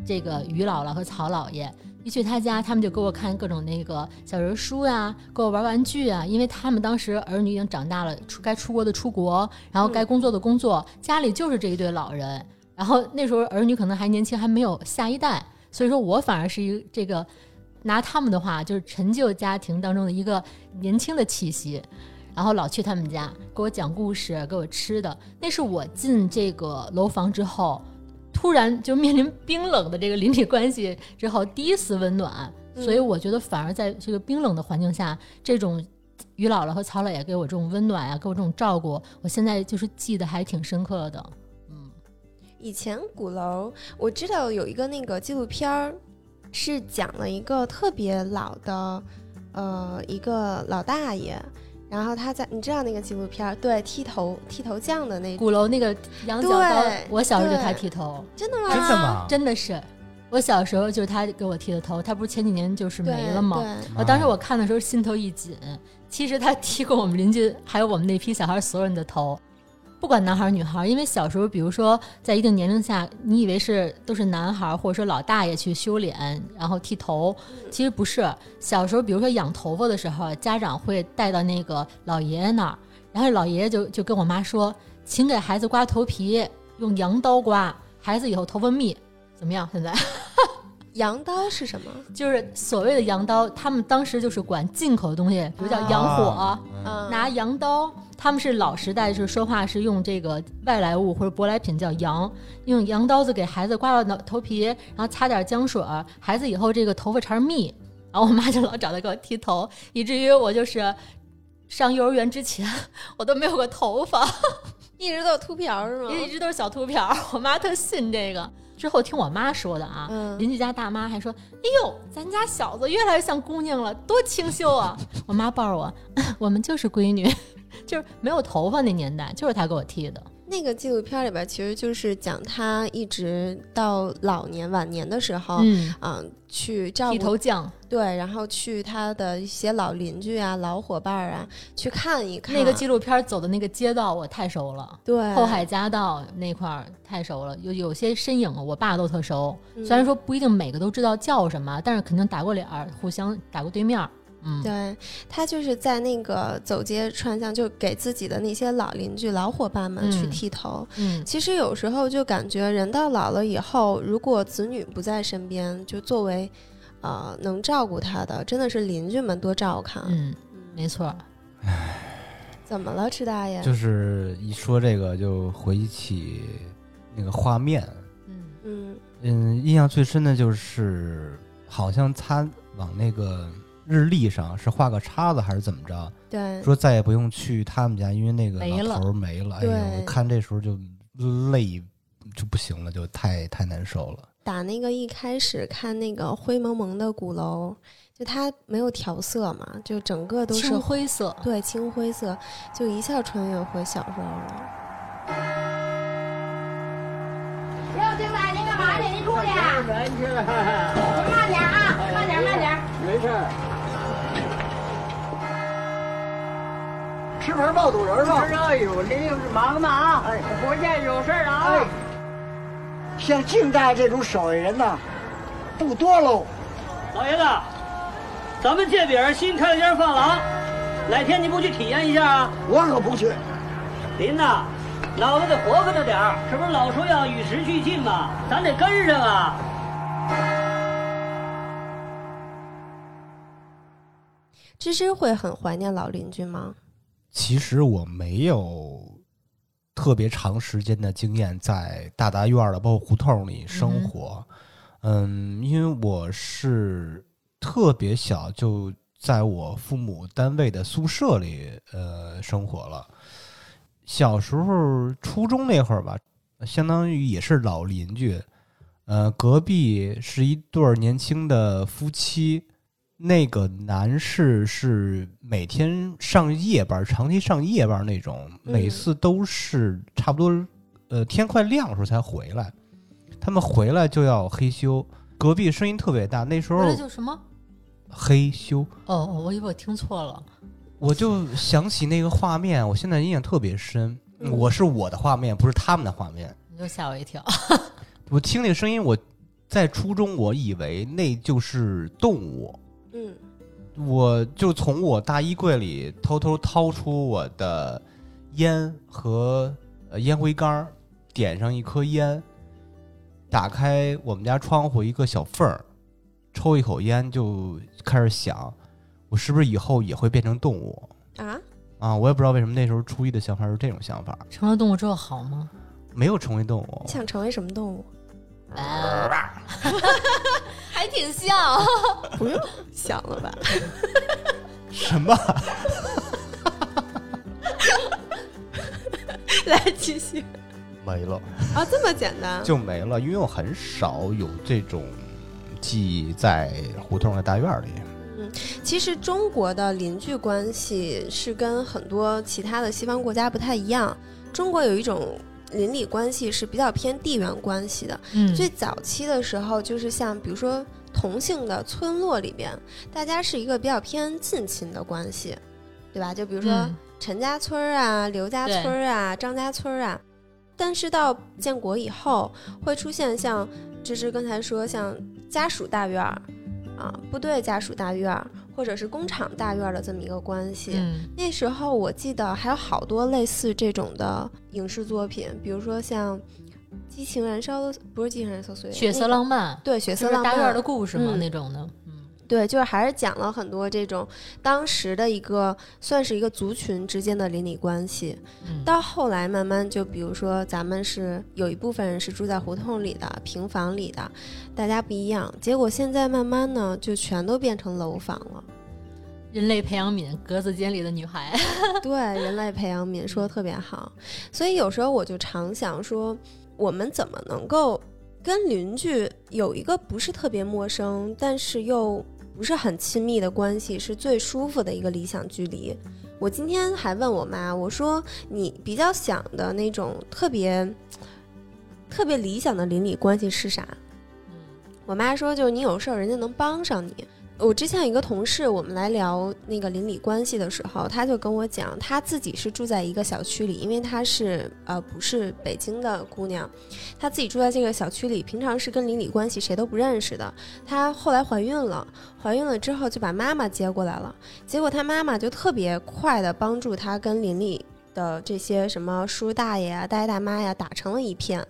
D: 这个于姥姥和曹姥爷。一去他家，他们就给我看各种那个小人书呀、给我玩玩具啊，因为他们当时儿女已经长大了，出该出国的出国，然后该工作的工作，家里就是这一对老人。然后那时候儿女可能还年轻，还没有下一代，所以说我反而是一个这个拿他们的话，就是陈旧家庭当中的一个年轻的气息。然后老去他们家给我讲故事，给我吃的，那是我进这个楼房之后，突然就面临冰冷的这个邻里关系之后，第一丝温暖。
E: 嗯
D: 所以我觉得反而在这个冰冷的环境下，这种于姥姥和曹姥爷给我这种温暖啊，给我这种照顾，我现在就是记得还挺深刻的。嗯，
E: 以前鼓楼，我知道有一个那个纪录片儿，是讲了一个特别老的，呃，一个老大爷，然后他在你知道那个纪录片儿，对，剃头剃头匠的那种，
D: 鼓楼那个羊角刀
E: 对，
D: 我小时候就
E: 对
D: 他剃头，
E: 真的吗？
C: 真的吗？
D: 真的是，我小时候就是他给我剃的头，他不是前几年就是
E: 对
D: 没了吗？
E: 对
C: 啊
D: 我呃当时我看的时候心头一紧，其实他剃过我们邻居还有我们那批小孩所有人的头，不管男孩儿女孩儿，因为小时候比如说在一定年龄下，你以为是都是男孩儿或者说老大爷去修脸然后剃头，其实不是。小时候比如说养头发的时候，啊家长会带到那个老爷爷那儿，然后老爷爷就就跟我妈说，请给孩子刮头皮，用羊刀刮，孩子以后头发密。怎么样？现在？
E: 羊刀是什么？
D: 就是所谓的羊刀，他们当时就是管进口的东西，比如叫羊火，
C: 啊嗯
E: 嗯，
D: 拿羊刀。他们是老时代，是说话是用这个外来物或者舶来品叫羊，用羊刀子给孩子刮到脑头皮，然后擦点姜水儿，孩子以后这个头发茬儿密。然后我妈就老找他给我剃头，以至于我就是上幼儿园之前我都没有过头发。
E: 一直都有秃瓢是吗？
D: 因为一直都是小秃瓢儿，我妈特信这个。之后听我妈说的啊，
E: 嗯
D: 邻居家大妈还说：“哎呦，咱家小子越来越像姑娘了，多清秀啊！” *laughs* 我妈抱着我，我们就是闺女， *laughs* 就是没有头发那年代，就是她给我剃的。
E: 那个纪录片里边其实就是讲他一直到老年晚年的时候，嗯、
D: 嗯，
E: 去照
D: 剃
E: 顾
D: 头匠
E: 对，然后去他的一些老邻居啊、老伙伴儿啊去看一看
D: 那个纪录片走的那个街道，我太熟了。
E: 对
D: 后海家道那块儿太熟了，有有些身影我爸都特熟，虽然说不一定每个都知道叫什么，但是肯定打过脸儿，互相打过对面儿。嗯，
E: 对他就是在那个走街串巷，就给自己的那些老邻居、老伙伴们去
D: 嗯
E: 剃头。
D: 嗯，
E: 其实有时候就感觉人到老了以后，如果子女不在身边，就作为呃能照顾他的，真的是邻居们多照看。
D: 嗯，没错儿。
E: 怎么了，池大爷？
C: 就是一说这个就回忆起那个画面，
D: 嗯
E: 嗯
C: 嗯，印象最深的就是好像他往那个日历上是画个叉子还是怎么着，
E: 对，
C: 说再也不用去他们家，因为那个
D: 嗯没
C: 老
D: 了
C: 头儿没了。哎呦，
E: 对
C: 我看这时候就累就不行了，就太太难受了。
E: 打那个一开始看那个灰蒙蒙的鼓楼，就它没有调色嘛，就整个都是
D: 青灰色。
E: 对青灰色，就一下穿越回小时候了。
G: 哟，丁仔，您干嘛去？您出去啊？慢点啊，慢点，慢点。
F: 没事儿。吃盆爆肚仁吧。
H: 哎呦，您又是忙的啊，
B: 哎
H: 不见有事儿啊。
F: 哎，像静代这种手艺人呐，不多喽。
H: 哎老爷子，咱们这饼新开了间饭廊，哪天您不去体验一下啊？
F: 我可不去。
H: 您呐，脑子得活泛着点儿，这不是老说要与时俱进吗？咱得跟上啊。
E: 芝芝会很怀念老邻居吗？
C: 其实我没有特别长时间的经验在大杂院儿的，包括胡同里生活。嗯，因为我是特别小就在我父母单位的宿舍里呃生活了。小时候初中那会儿吧，相当于也是老邻居。呃，隔壁是一对儿年轻的夫妻，那个男士是每天上夜班，长期上夜班那种，
E: 嗯
C: 每次都是差不多，呃，天快亮的时候才回来。他们回来就要嘿咻，隔壁声音特别大，那时候
D: 回来就什么？
C: 嘿咻，
D: 哦哦，我以为我听错了。
C: 我就想起那个画面，我现在印象特别深。我是我的画面，不是他们的画面。
D: 你就吓我一跳， *laughs*
C: 我听那个声音，我在初中我以为那就是动物，
E: 嗯
C: 我就从我大衣柜里偷偷掏出我的烟和呃烟灰缸，点上一颗烟，打开我们家窗户一个小缝儿，抽一口烟就开始想，我是不是以后也会变成动物
E: 啊，
C: 啊？我也不知道为什么那时候初一的想法是这种想法，
D: 成了动物之后好吗？
C: 没有成为动物
E: 你。想成为什么动物？
A: 还挺像。
E: 不用想了 *laughs* 吧？
C: 什么？
E: 来继续
C: 没了。
E: 啊，这么简单？
C: 就没了，因为我很少有这种记忆在胡同的大院里。
E: 其实中国的邻居关系是跟很多其他的西方国家不太一样。中国有一种邻里关系是比较偏地缘关系的。
D: 嗯，
E: 最早期的时候，就是像比如说同姓的村落里边，大家是一个比较偏近亲的关系，对吧？就比如说
D: 嗯
E: 陈家村儿啊、刘家村儿啊、张家村儿啊。但是到建国以后，会出现像芝芝刚才说，像家属大院儿啊、部队家属大院儿，或者是工厂大院儿的这么一个关系。
D: 嗯
E: 那时候我记得还有好多类似这种的影视作品，比如说像《激情燃烧的》，不是《激情燃烧的岁月》，
D: 血色
E: 那个
D: 浪漫，
E: 对，血
D: 就
E: 色
D: 是
E: 浪
D: 大
E: 漫
D: 院儿的故事嘛，
E: 嗯
D: 那种的，嗯，
E: 对，就是还是讲了很多这种当时的一个算是一个族群之间的邻里关系。
D: 嗯
E: 到后来慢慢就，比如说咱们是有一部分人是住在胡同里的、平房里的，大家不一样。结果现在慢慢呢，就全都变成楼房了。
D: 人类培养皿格子间里的女孩，
E: 对，人类培养皿说的特别好，所以有时候我就常想说，我们怎么能够跟邻居有一个不是特别陌生，但是又不是很亲密的关系，是最舒服的一个理想距离。我今天还问我妈，我说你比较想的那种特别特别理想的邻里关系是啥？
D: 嗯
E: 我妈说，就是你有事儿，人家能帮上你。我之前有一个同事，我们来聊那个邻里关系的时候，他就跟我讲，他自己是住在一个小区里，因为她是呃不是北京的姑娘，她自己住在这个小区里，平常是跟邻里关系谁都不认识的。她后来怀孕了，怀孕了之后就把妈妈接过来了，结果她妈妈就特别快的帮助她跟邻里的这些什么叔大爷啊、大爷大妈呀打成了一片。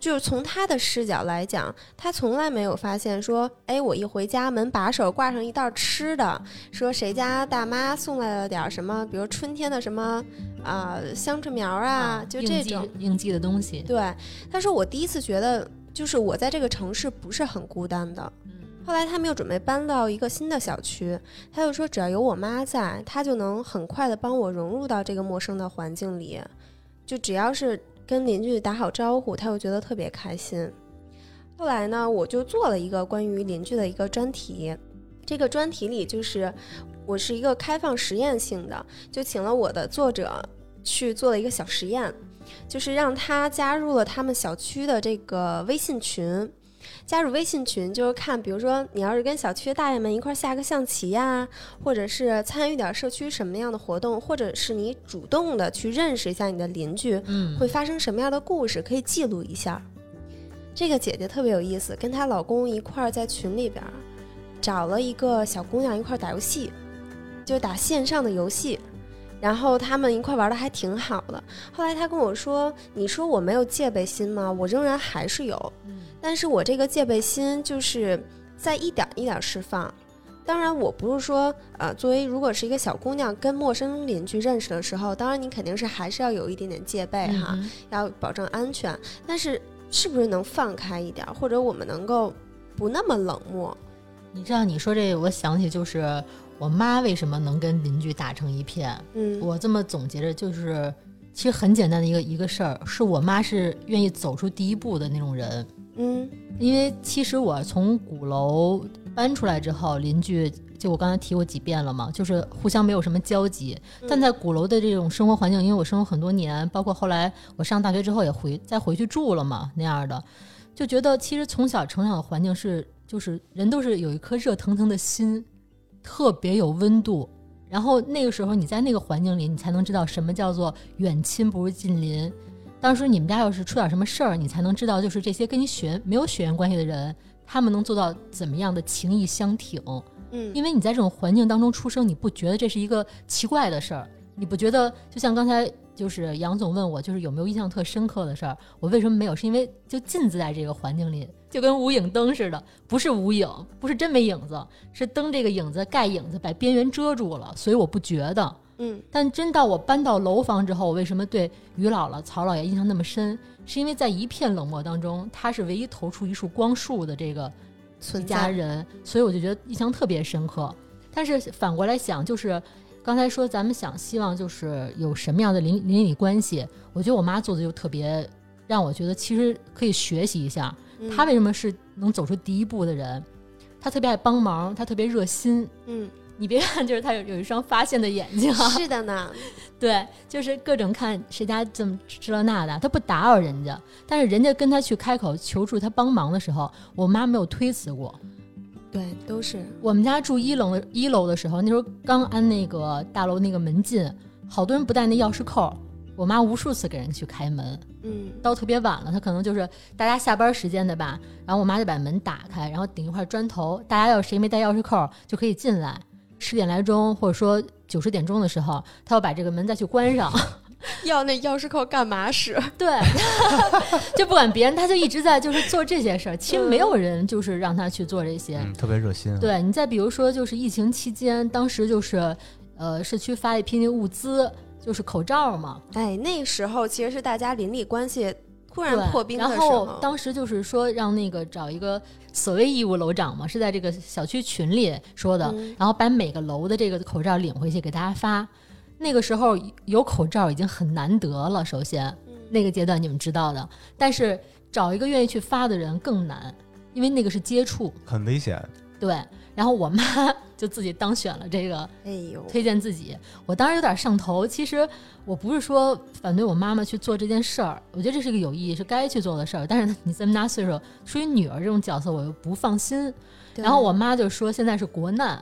E: 就是从她的视角来讲，他从来没有发现说，哎，我一回家门把手挂上一袋吃的，说谁家大妈送来了点儿什么，比如春天的什么啊、香椿苗啊，就这
D: 嗯应季
E: 种。
D: 应季的东西，
E: 对，他说我第一次觉得，就是我在这个城市不是很孤单的。
D: 嗯
E: 后来他们又准备搬到一个新的小区，他就说只要有我妈在，他就能很快的帮我融入到这个陌生的环境里，就只要是跟邻居打好招呼，他就觉得特别开心。后来呢，我就做了一个关于邻居的一个专题，这个专题里就是我是一个开放实验性的，就请了我的作者去做了一个小实验，就是让他加入了他们小区的这个微信群。加入微信群就是看，比如说你要是跟小区大爷们一块儿下个象棋呀、或者是参与点社区什么样的活动，或者是你主动的去认识一下你的邻居，
D: 嗯，
E: 会发生什么样的故事，可以记录一下。这个姐姐特别有意思，跟她老公一块儿在群里边儿找了一个小姑娘一块儿打游戏，就打线上的游戏。然后他们一块儿玩的还挺好的。后来她跟我说：“你说我没有戒备心吗？我仍然还
D: 嗯
E: 是有，但是我这个戒备心就是在一点儿一点儿释放。当然，我不是说，呃，作为如果是一个小姑娘跟陌生邻居认识的时候，当然你肯定是还是要有一点点戒备哈，
D: 嗯
E: 要保证安全。但是是不是能放开一点儿，或者我们能够不那么冷漠？
D: 你知道你说这，我想起就是我妈为什么能跟邻居打成一片。
E: 嗯，
D: 我这么总结着，就是其实很简单的一个一个事儿，是我妈是愿意走出第一步的那种人。
E: 嗯
D: 因为其实我从鼓楼搬出来之后，邻居就我刚才提过几遍了嘛，就是互相没有什么交集。但在鼓楼的这种生活环境，因为我生活很多年，包括后来我上大学之后也回再回去住了嘛，那样的，就觉得其实从小成长的环境是，就是人都是有一颗热腾腾的心，特别有温度。然后那个时候你在那个环境里，你才能知道什么叫做远亲不如近邻。当时你们家要是出点什么事儿，你才能知道，就是这些跟你血缘没有血缘关系的人，他们能做到怎么样的情谊相挺。
E: 嗯
D: 因为你在这种环境当中出生，你不觉得这是一个奇怪的事儿？你不觉得？就像刚才就是杨总问我，就是有没有印象特深刻的事儿？我为什么没有？是因为就浸渍在这个环境里，就跟无影灯似的，不是无影，不是真没影子，是灯这个影子盖影子，把边缘遮住了，所以我不觉得。
E: 嗯
D: 但真到我搬到楼房之后，我为什么对于姥姥、曹姥爷印象那么深？是因为在一片冷漠当中，他是唯一投出一束光束的这个一
E: 存
D: 家
E: 在
D: 人，所以我就觉得印象特别深刻。但是反过来想，就是刚才说咱们想希望就是有什么样的邻邻里关系，我觉得我妈做的就特别让我觉得其实可以学习一下，
E: 嗯
D: 她为什么是能走出第一步的人？她特别爱帮忙，她特别热心。
E: 嗯
D: 你别看就是她有有一双发现的眼睛啊， *laughs*
E: 是的呢，
D: 对，就是各种看谁家这么吃了那的，他不打扰人家，但是人家跟他去开口求助他帮忙的时候，我妈没有推辞过。
E: 对，都是
D: 我们家住一楼的一楼的时候，那时候刚安那个大楼那个门禁，好多人不带那钥匙扣，我妈无数次给人去开门，
E: 嗯
D: 到特别晚了，她可能就是大家下班时间的吧，然后我妈就把门打开，然后顶一块砖头，大家要是谁没带钥匙扣就可以进来。十点来钟或者说九十点钟的时候，她要把这个门再去关上。
E: *laughs* 要那钥匙扣干嘛使？
D: *laughs* 对，就不管别人，他就一直在就是做这些事儿。其实没有人就是让他去做这些。
C: 嗯，特别热心、啊。，
D: 对你再比如说，就是疫情期间，当时就是呃社区发了一批那物资，就是口罩嘛。
E: *laughs* 哎，那时候其实是大家邻里关系突
D: 对
E: 然破冰的
D: 然
E: 时候，
D: 后当时就是说让那个找一个所谓义务楼长嘛，是在这个小区群里说的，
E: 嗯
D: 然后把每个楼的这个口罩领回去给大家发。那个时候有口罩已经很难得了，首先
E: 嗯
D: 那个阶段你们知道的，但是找一个愿意去发的人更难，因为那个是接触。
C: 很危险。
D: 对，然后我妈 *laughs* 就自己当选了这个
E: 哎呦，
D: 推荐自己，我当时有点上头。其实我不是说反对我妈妈去做这件事儿，我觉得这是一个有意义、是该去做的事儿。但是你这么大岁数，出于女儿这种角色，我又不放心。
E: 对
D: 然后我妈就说：“现在是国难，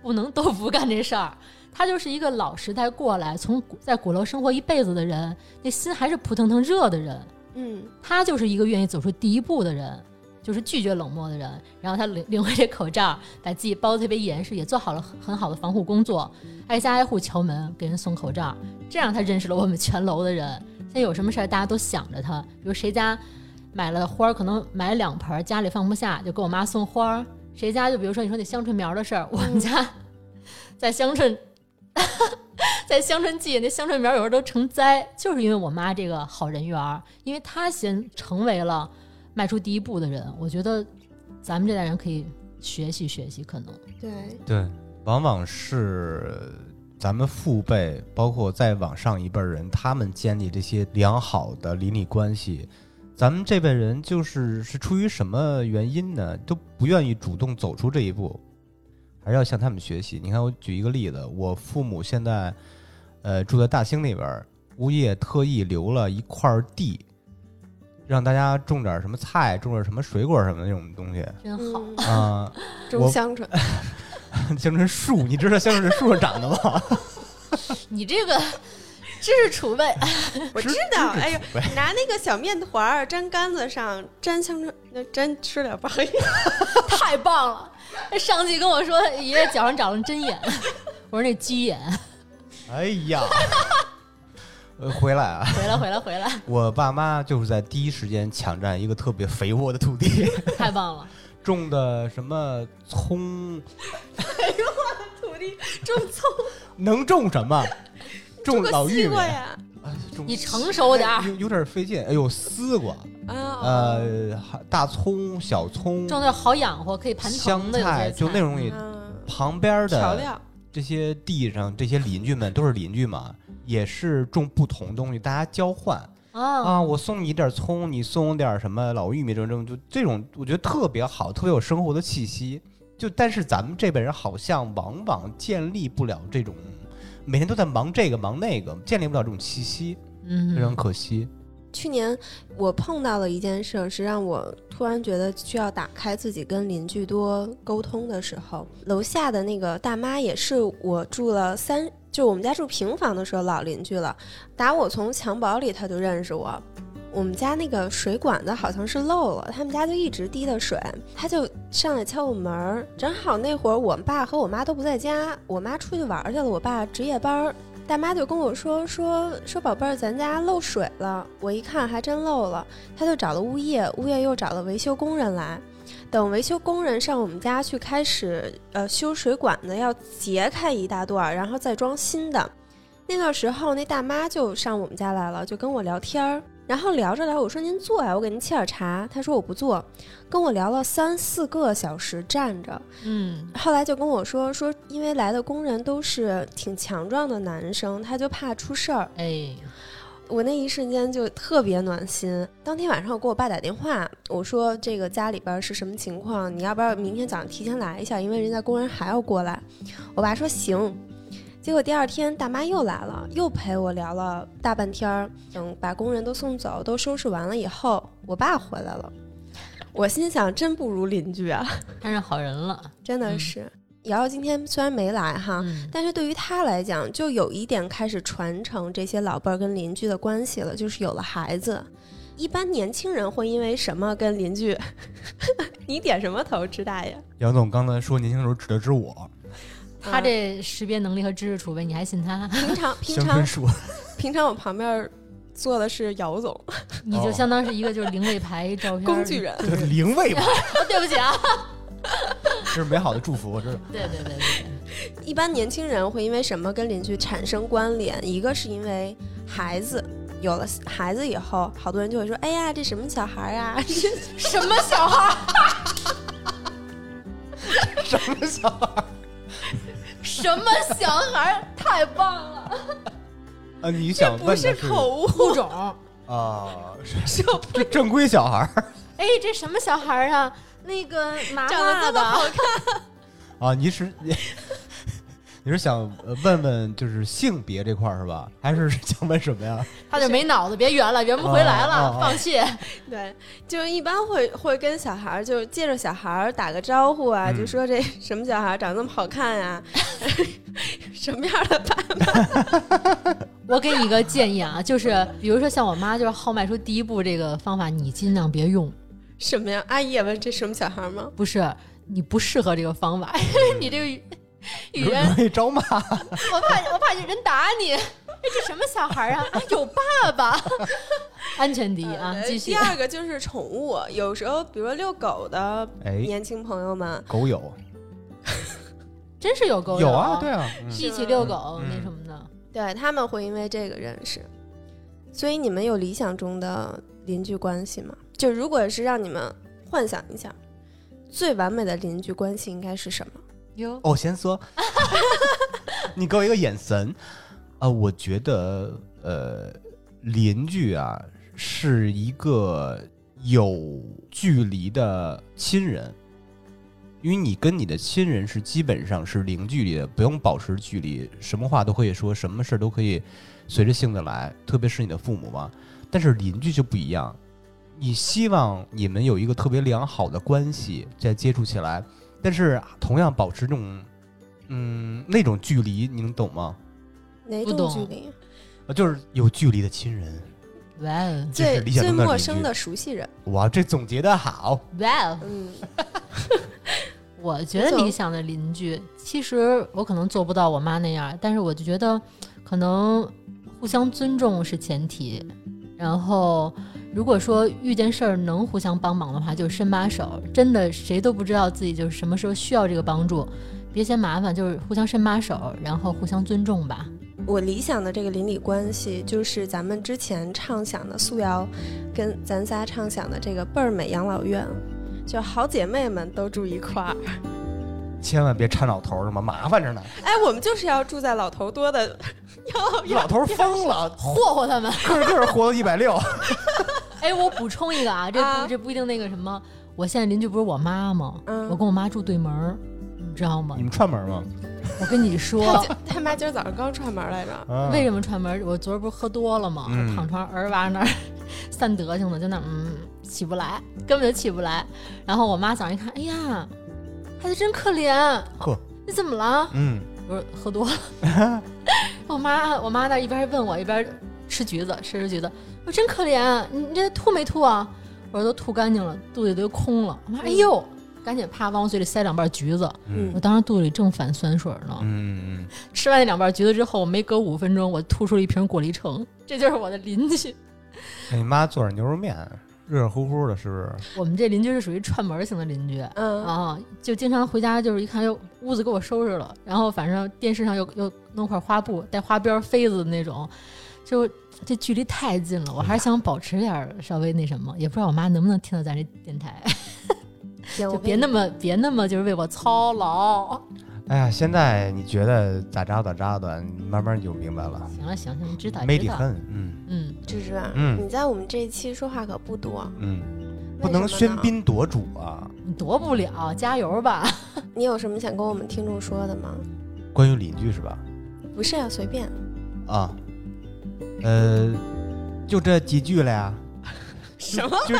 D: 不能都不干这事儿。”她就是一个老时代过来，从古在鼓楼生活一辈子的人，那心还是扑腾腾热的人。
E: 嗯
D: 她就是一个愿意走出第一步的人，就是拒绝冷漠的人。然后她领领回这口罩，把自己包得特别严实，也做好了很很好的防护工作，挨家挨户敲门给人送口罩，这样她认识了我们全楼的人。现在有什么事儿，大家都想着她，比如谁家买了花儿，可能买了两盆儿，家里放不下，就给我妈送花儿。谁家就比如说你说那香椿苗的事儿，我们家 *laughs* 在香椿，在香椿季那香椿苗有时候都成灾，就是因为我妈这个好人缘儿，因为她先成为了迈出第一步的人。我觉得咱们这代人可以学习学习，可
C: 嗯
D: 能
E: 对，
C: 对，往往是咱们父辈，包括再往上一辈儿人，他们建立这些良好的邻里关系。咱们这辈人就是是出于什么原因呢？都不愿意主动走出这一步，还是要向他们学习。你看，我举一个例子，我父母现在，呃，住在大兴那边儿，物业特意留了一块儿地，让大家种点儿什么菜，种点儿什么水果什么的那种东西
D: 真好。
E: 嗯，
D: *laughs*
C: 啊。 *laughs*
E: 种
C: 我
E: 香椿，
C: 香椿树，你知道香椿树上长的吗？
D: 你这个知识储备， *laughs*
E: 我知道。哎呦，拿那个小面团儿粘杆子上，粘香椿，那粘
C: *laughs*
E: 吃点吧。
D: 太棒了！上去跟我说爷爷脚上长了针眼，我说那鸡眼，
C: 哎呀，呃， *laughs* 回来啊！
D: 回来回来回来，
C: 我爸妈就是在第一时间抢占一个特别肥沃的土地， *laughs*
D: 太棒了！
C: 种的什么葱，
E: *laughs* 土地种葱，
C: 能种什
E: *laughs*
C: 么？种
E: 个
C: 老玉
E: 西
C: 米，
E: 瓜呀，
C: 哎种
D: 你成熟点儿
C: 有有点费劲。哎呦，丝瓜，
E: 啊，
C: 呃，还大葱、小葱、
D: 种点好养活，可以盘
C: 嗯香
D: 藤的有些
C: 菜，就那种东西。
E: 嗯，
C: 旁边
E: 调
C: 的
E: 料，
C: 这些地上，这些邻居们都是邻居嘛，也是种不同东西，大家交换
D: 啊，
C: 啊。我送你一点葱，你送我点什么老玉米，这种这种，就这种，我觉得特别好，特别有生活的气息。就但是咱们这辈人好像往往建立不了这种，每天都在忙这个忙那个，建立不了这种气息，
D: 嗯，
C: 非常可惜。
E: 去年我碰到了一件事儿，是让我突然觉得需要打开自己跟邻居多沟通的时候。楼下的那个大妈也是我住了三，就我们家住平房的时候老邻居了，打我从襁褓里她就认识我。我们家那个水管子好像是漏了，他们家就一直滴的水，她就上来敲我门儿。正好那会儿我爸和我妈都不在家，我妈出去玩儿去了，我爸值夜班儿，大妈就跟我说说说宝贝儿，咱家漏水了。我一看还真漏了，她就找了物业，物业又找了维修工人来。等维修工人上我们家去开始呃修水管子，要截开一大段儿，然后再装新的。那段时候，那大妈就上我们家来了，就跟我聊天儿。然后聊着聊，我说您坐啊呀，我给您沏点茶。她说我不坐，跟我聊了三四个小时，站着。
D: 嗯，
E: 后来就跟我说说，因为来的工人都是挺强壮的男生，他就怕出事儿。
D: 哎，
E: 我那一瞬间就特别暖心。当天晚上我给我爸打电话，我说这个家里边是什么情况，你要不要明天早上提前来一下，因为人家工人还要过来。我爸说行。结果第二天大妈又来了，又陪我聊了大半天儿。等把工人都送走，都收拾完了以后，我爸回来了。我心想，真不如邻居啊，
D: 摊上好人了，
E: 真的
D: 嗯
E: 是。瑶瑶今天虽然没来哈，
C: 啊
D: 嗯，
E: 但是对于他来讲，就有一点开始传承这些老辈儿跟邻居的关系了，就是有了孩子。一般年轻人会因为什么跟邻居？ *laughs* 你点什么头，支大爷？
C: 杨总刚才说年轻的时候指的是我，
D: 他这识别能力和知识储备，你还信他？
E: 平常平
C: 乡村
E: 常
D: *laughs*
C: 说。
E: 平常我旁边坐的是姚总，
D: 你
C: 哦
D: 就相当是一个就是灵位牌照片
E: 工具。人。
C: 对，灵位吧，
D: *laughs* 哦对不起啊，
C: *laughs* 这是美好的 *laughs* 祝福，我知道。
D: 对对对对， *laughs*
E: 一般年轻人会因为什么跟邻居产生关联？一个是因为孩子。有了孩子以后，好多人就会说：“哎呀，这什么小孩儿啊？ *laughs*
A: 什么小孩儿？
C: 什么小孩？
A: 什么小孩儿？太棒了！
C: 啊，你想 *laughs* 问
E: 不
C: 的
E: 是口误，
D: 物种，
C: 啊，是
E: 就
C: 这正规小孩儿 *laughs*
A: 哎，这什么小孩儿啊？那个麻
E: 长得
A: 辣
E: 这么好
A: 的，
C: 啊？你是你你是想呃问问就是性别这块儿是吧？还是想问什么呀？
D: 他就没脑子，别圆了，圆不回来
C: 啊啊
D: 了，
C: 啊
D: 放弃。
E: *laughs*
D: *laughs*
E: 对，就是一般会会跟小孩儿，就借着小孩儿打个招呼啊，
C: 嗯
E: 就说这什么小孩儿长这么好看呀、 *laughs* 什么样的爸
D: 我给你一个建议啊，就是比如说像我妈，就是号脉出第一步这个方法，你尽量别用，
E: 什么样？阿姨也问这什么小孩儿吗？
D: 不是你不适合这个方法， *laughs* 你这个语语
C: *laughs*
D: 言
C: 容易招骂。
A: 我怕我怕人打
D: *laughs*
A: 你。哎，这什么小孩
C: *laughs*
A: 儿啊？哎有爸爸。
D: 安全第一啊，
E: 呃
D: 继续
E: 第。二个就是宠物，有时候比如说遛狗的
C: 哎，
E: 年轻朋友们，
C: 狗友
D: 真是有狗
C: 有
D: 友
C: 啊，对，啊，嗯
D: 一起遛狗
C: 嗯
D: 那什么的，
E: 对他们会因为这个认识。所以你们有理想中的邻居关系吗？就如果是让你们幻想一下，最完美的邻居关系应该是什么？
D: 哟，
C: 哦，先说， *laughs* 你给我一个眼神啊、我觉得呃，邻居啊是一个有距离的亲人，因为你跟你的亲人是基本上是零距离的，不用保持距离，什么话都可以说，什么事儿都可以随着性子来，特别是你的父母嘛。但是邻居就不一样，你希望你们有一个特别良好的关系，再接触起来。但是同样保持这种，嗯，那种距离，你能懂吗？
E: 哪
D: 不
E: 种距
D: 懂
E: 离？
D: *laughs*
C: 啊，就是有距离的亲人，
D: 哇哦
C: 这是
E: 最
C: 理想
E: 最
C: 中的
E: 陌
C: 邻
E: 生
C: 居
E: 的熟悉人。
C: 哇，这总结的好，
D: 哇哦！
E: 嗯，
D: 我觉得
E: 没错
D: 理想的邻居，其实我可能做不到我妈那样，但是我就觉得，可能互相尊重是前提，然后如果说遇见事儿能互相帮忙的话，就是伸把手。真的谁都不知道自己就是什么时候需要这个帮助，别嫌麻烦，就是互相伸
E: *laughs*
D: 把手，然后互相尊重吧。
E: 我理想的这个邻里关系，就是咱们之前畅想的素瑶，跟咱仨畅想的这个倍儿美养老院，就好姐妹们都住一块儿。
C: 千万别掺老头儿，什么麻烦着呢。
E: 哎，我们就是要住在老头多的养老
D: *laughs*
E: 院。
C: 老头儿疯了，
A: 霍霍他们。
C: 个个活到一百六。
D: 哎，我补充一个啊，这不、
E: 啊
D: 这不一定那个什么，我现在邻居不是我妈吗？
E: 嗯
D: 我跟我妈住对门儿，你知道吗
C: 你？们串门吗？
D: 我跟你说，
E: 他今他妈今儿早上刚串门来着，
C: 啊
D: 为什么串门儿？我昨儿不是喝多了吗？
C: 嗯
D: 我躺床儿哇那儿散德性了，就那儿嗯起不来，根本就起不来。然后我妈早上一看，哎呀，孩子真可怜，
C: 呵，
D: 你怎么了？
C: 嗯，
D: 我说喝多了。 *laughs* 我妈我妈那一边问我一边吃橘子，吃着橘子，我说真可怜，你你这吐没吐啊？我说都吐干净了，肚子都空了。我妈哎呦，赶紧啪往我嘴里塞两瓣橘子，
E: 嗯
D: 我当时肚子里正反酸水呢。
C: 嗯嗯
D: 吃完那两瓣橘子之后，我没隔五分钟，我吐出了一瓶果粒橙，这就是我的邻居。
C: 嗯，你妈做点牛肉面，热热乎乎的，是不是？
D: 我们这邻居是属于串门儿型的邻居。
E: 嗯，
D: 啊，就经常回家就是一看，又屋子给我收拾了，然后反正电视上又又弄块花布，带花边儿飞子的那种，就这距离太近了，我还是想保持点儿稍微那什么，也不知道我妈能不能听到咱这电台，
E: 行，*laughs*
D: 就
E: 我
D: 别
E: 跟
D: 那
E: 你
D: 么别那么就是为我操劳。
C: 哎呀，现在你觉得咋扎咋扎的，你慢慢你就明白了，
D: 行了行了行，知道
C: 没
D: 知
C: 底
D: 道，
C: 恨。嗯
D: 嗯，
E: 芝芝啊，
C: 嗯
E: 你在我们这一期说话可不多，
C: 嗯，
E: 为
C: 不能
E: 什么
C: 喧
E: 呢。
C: 宾夺主啊。
D: 你躲不了，加油吧。
E: 你有什么想跟我们听众说的吗？
C: 关于邻居是吧？
E: 不是啊，随便。
C: 啊，呃，就这几句了呀。
E: 什么？
C: 就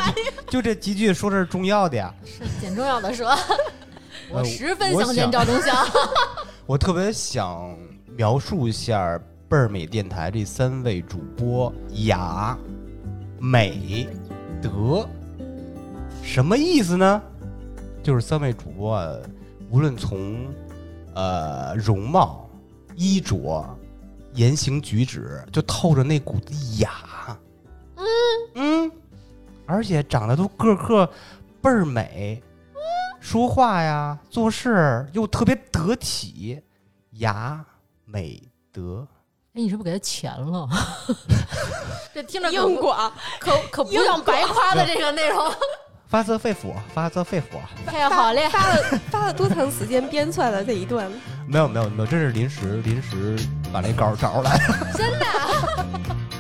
C: 就这几句说这是重要的呀。
D: 是捡重要的说，我
C: 呃
D: 十分
C: 我
D: 想哎见
C: 想
D: 赵忠祥。 *laughs*
C: 我特别想描述一下倍儿美电台这三位主播雅、美、德，什么意思呢？就是三位主播啊，无论从呃容貌、衣着、言行举止，就透着那股子雅。嗯嗯，而且长得都个个倍儿美，说话呀、做事儿又特别得体，雅美德。
D: 哎，你是不是给他钱了？这听着可
E: 硬
D: 不
E: 广，
D: 可可不像白夸的这个内容。
C: 发自肺腑，啊发自肺腑。
D: *laughs* 太好嘞！
E: 发了发了多长时间编出来的这一段？
C: 没有没有没有，这是临时临时把那稿儿找出来。
D: 真的。